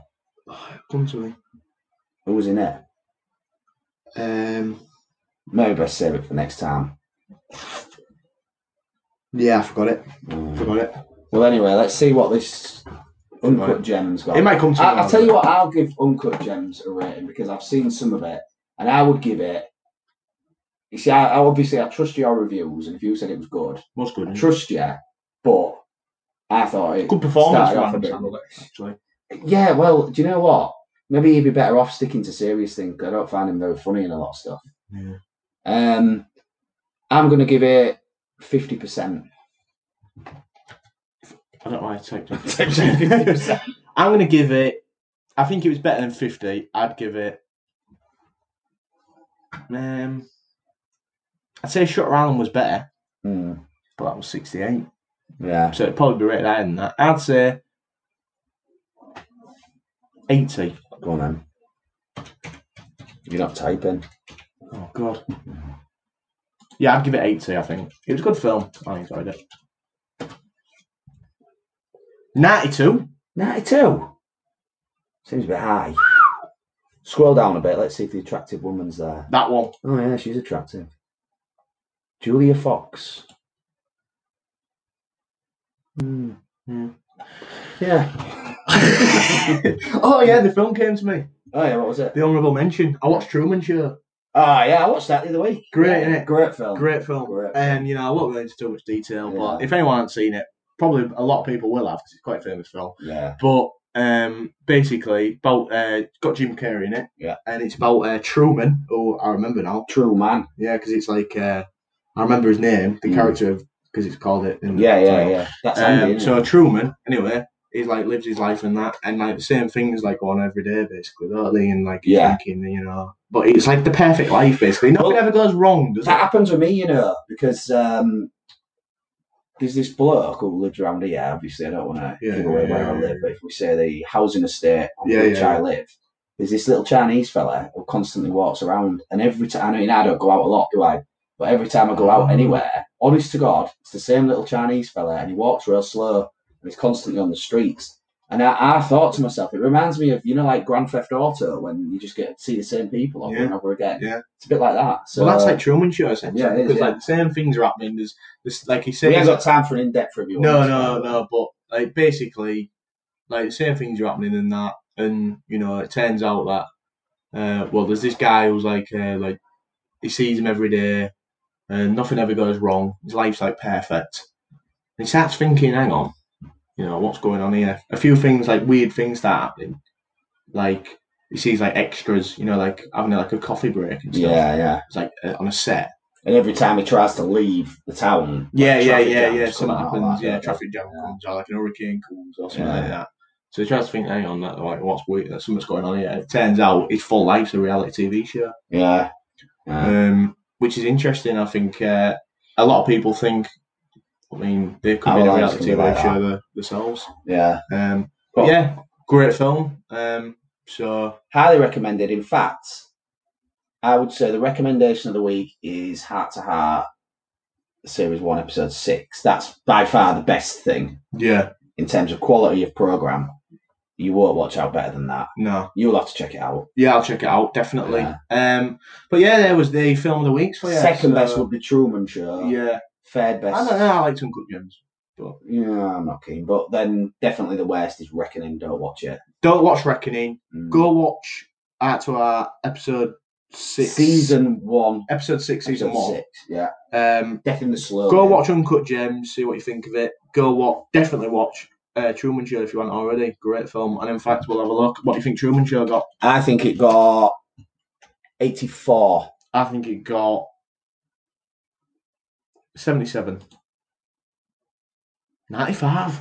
S1: Come to me.
S2: Who was in it?
S1: Um,
S2: Maybe best save it for next time.
S1: yeah, I forgot it.
S2: Mm.
S1: Forgot it.
S2: Well, anyway, let's see what this Uncut Gems got.
S1: It might come to
S2: I, I'll tell you what, I'll give Uncut Gems a rating because I've seen some of it, and I would give it. You see, I, I obviously I trust your reviews, and if you said it was good,
S1: was good.
S2: I
S1: innit?
S2: trust you, but I thought it
S1: Good performance
S2: started
S1: from
S2: off a
S1: Adam
S2: bit.
S1: Sandler, actually.
S2: Yeah, well, do you know what? Maybe he'd be better off sticking to serious things. 'cause I don't find him very funny in a lot of stuff.
S1: Yeah.
S2: Um, I'm going to give it fifty percent.
S1: I don't know why I typed it.
S2: Typed in 50%.
S1: I'm going to give it. I think it was better than 50. I'd give it. Um, I'd say Shutter Island was better, but that was 68.
S2: Hmm, yeah,
S1: So it'd probably be rated higher than that. I'd say 80.
S2: go on then. You're not typing.
S1: Oh, God. Yeah, I'd give it 80, I think. It was a good film. I enjoyed it. 92.
S2: Ninety-two. Seems a bit high. Scroll down a bit. Let's see if the attractive woman's there.
S1: That one.
S2: Oh yeah, she's attractive. Julia Fox. Hmm.
S1: Yeah.
S2: Yeah.
S1: oh, yeah, the film came to me.
S2: Oh yeah, what was it?
S1: The honourable mention. I watched Truman Show.
S2: Ah yeah, I watched that the other week.
S1: Great,
S2: yeah,
S1: innit?
S2: Great film.
S1: Great film.
S2: Great.
S1: Um, you know, I won't go into too much detail, but
S2: Yeah.
S1: if anyone hasn't seen it, probably a lot of people will have 'cause it's quite a famous film.
S2: Yeah.
S1: But um, basically, about uh, it's got Jim Carrey in it,
S2: Yeah.
S1: and it's about uh, Truman. Oh, I remember now.
S2: True man.
S1: Yeah, because it's like uh, I remember his name, the
S2: Mm.
S1: character of because it's called it. in the
S2: Yeah, yeah,
S1: title.
S2: yeah. That's
S1: Um,
S2: Andy. isn't
S1: so
S2: it?
S1: Truman, anyway, he like lives his life and that, and like the same things like go on every day, basically, don't they? And like he's
S2: Yeah.
S1: thinking, you know, but it's like the perfect life, basically. Nothing
S2: Well-
S1: ever goes wrong, does
S2: that
S1: it?
S2: happens with me, you know, because um, there's this bloke who lives around here. Obviously, I don't want to
S1: Yeah,
S2: give away
S1: yeah,
S2: where I
S1: yeah,
S2: live, but if we say the housing estate on
S1: Yeah,
S2: which
S1: yeah,
S2: I live, there's this little Chinese fella who constantly walks around, and every time I mean, I don't go out a lot, do I? But every time I go
S1: Oh.
S2: out anywhere, honest to God, it's the same little Chinese fella, and he walks real slow, and he's constantly on the streets. And I, I thought to myself, it reminds me of you know like Grand Theft Auto when you just get to see the same people over
S1: Yeah.
S2: and over again.
S1: Yeah.
S2: It's a bit like that. So
S1: well, that's like Truman Show, essentially,
S2: uh, Yeah, it is,
S1: because
S2: yeah.
S1: like the same things are happening. There's, there's like he said,
S2: we ain't got time for an in-depth review.
S1: no, no, no, but like basically, like the same things are happening and that, and you know, it turns out that uh, well, there's this guy who's like, uh, like he sees him every day, and nothing ever goes wrong. His life's like perfect. And he starts thinking, hang on, you know, what's going on here? A few things like weird things start happening, like. He sees like extras, you know, like having like a coffee break and stuff.
S2: Yeah, yeah.
S1: It's like uh, on a set,
S2: And every time he tries to leave the town,
S1: Yeah,
S2: like,
S1: yeah,
S2: traffic
S1: yeah,
S2: jams
S1: yeah.
S2: come
S1: Something
S2: out
S1: happens.
S2: like
S1: yeah,
S2: that.
S1: traffic jam
S2: Yeah.
S1: comes, or like an hurricane comes, or something
S2: Yeah.
S1: like that. So he tries to think, hang on, that like what's weird? That something's going on here. It turns out his full life's a reality TV show,
S2: Yeah. uh, Yeah.
S1: um, which is interesting. I think uh, a lot of people think. I mean, they could
S2: Our
S1: be in a
S2: lives
S1: reality
S2: can be Oh, like
S1: TV show the- themselves.
S2: yeah.
S1: Um, but yeah, great film. Um, so
S2: Highly recommended. In fact, I would say the recommendation of the week is Heart to Heart, Series 1, Episode 6. That's by far the best thing
S1: yeah,
S2: in terms of quality of programme. You won't watch out better than that.
S1: no,
S2: You'll have to check it out.
S1: yeah, I'll check it out definitely.
S2: Yeah.
S1: Um, but yeah, there was the film of the week for you.
S2: Second
S1: Oh, so-
S2: best would be Truman Show.
S1: Yeah,
S2: Third best.
S1: I don't know. I like some good gems.
S2: Yeah, I'm not keen. But then definitely the worst is Reckoning. Don't watch it.
S1: Don't watch Reckoning.
S2: Mm.
S1: go watch Art to Art episode six,
S2: Season one,
S1: episode six, season
S2: episode
S1: one.
S2: six. Yeah,
S1: Um,
S2: Death in the Slow.
S1: go
S2: Man.
S1: watch Uncut Gems, see what you think of it. Go watch, definitely watch uh, Truman Show if you haven't already. Great film, and in fact, we'll have a look. What do you think Truman Show got?
S2: I think it got eighty-four.
S1: I think it got seventy-seven. 95.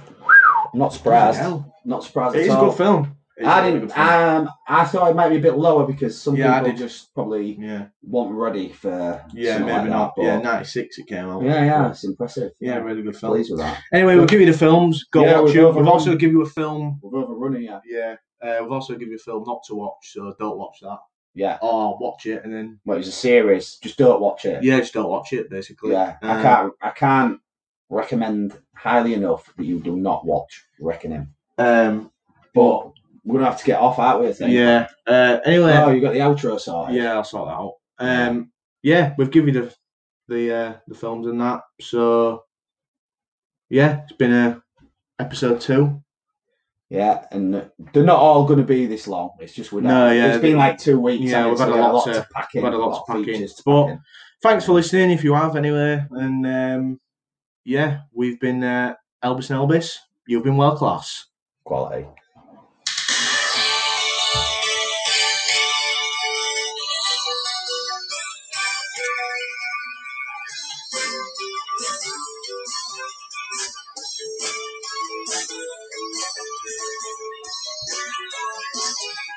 S2: I'm not surprised.
S1: Bloody
S2: Not
S1: hell.
S2: surprised
S1: It
S2: at
S1: is a
S2: all.
S1: good film. It is a
S2: I
S1: really
S2: didn't.
S1: good film.
S2: Um, I thought it might be a bit lower because some
S1: Yeah, I
S2: people
S1: did.
S2: just probably
S1: yeah,
S2: weren't ready for.
S1: yeah,
S2: something
S1: maybe
S2: like that,
S1: not.
S2: but-
S1: Yeah, 96 it came out.
S2: yeah, yeah, it's impressive.
S1: Yeah, really good film.
S2: pleased with that.
S1: Anyway, we'll give you the films. Go
S2: Yeah,
S1: watch
S2: we'll go
S1: it.
S2: for
S1: We'll
S2: them.
S1: also give you a film
S2: We're overrunning, yeah.
S1: Yeah. Uh, we've also give you a film not to watch, so don't watch that.
S2: Yeah,
S1: Or watch it and then
S2: well, it's a series. Just don't watch it.
S1: yeah, just don't watch it basically.
S2: Yeah, I
S1: Um,
S2: can't. I can't recommend highly enough that you do not watch Reckoning.
S1: Um,
S2: But we're gonna have to get off, aren't we? I think?
S1: yeah. Uh,
S2: Oh,
S1: anyway,
S2: you got the outro sorted.
S1: yeah, I'll sort that out. Um, yeah, we've given you the the uh, the films and that. So yeah, it's been a episode two.
S2: Yeah, and they're not all going to be this long. It's just we're not.
S1: No, yeah,
S2: it's been
S1: they-
S2: like two weeks.
S1: yeah,
S2: and
S1: we've
S2: so
S1: had a
S2: we
S1: lot to-
S2: pack
S1: we've had a lot to
S2: of
S1: pack in.
S2: features to
S1: But-
S2: pack in.
S1: Thanks for listening, if you have anyway. And um, yeah, we've been uh, Elvis and Elvis. You've been well class.
S2: quality.
S4: Thank you.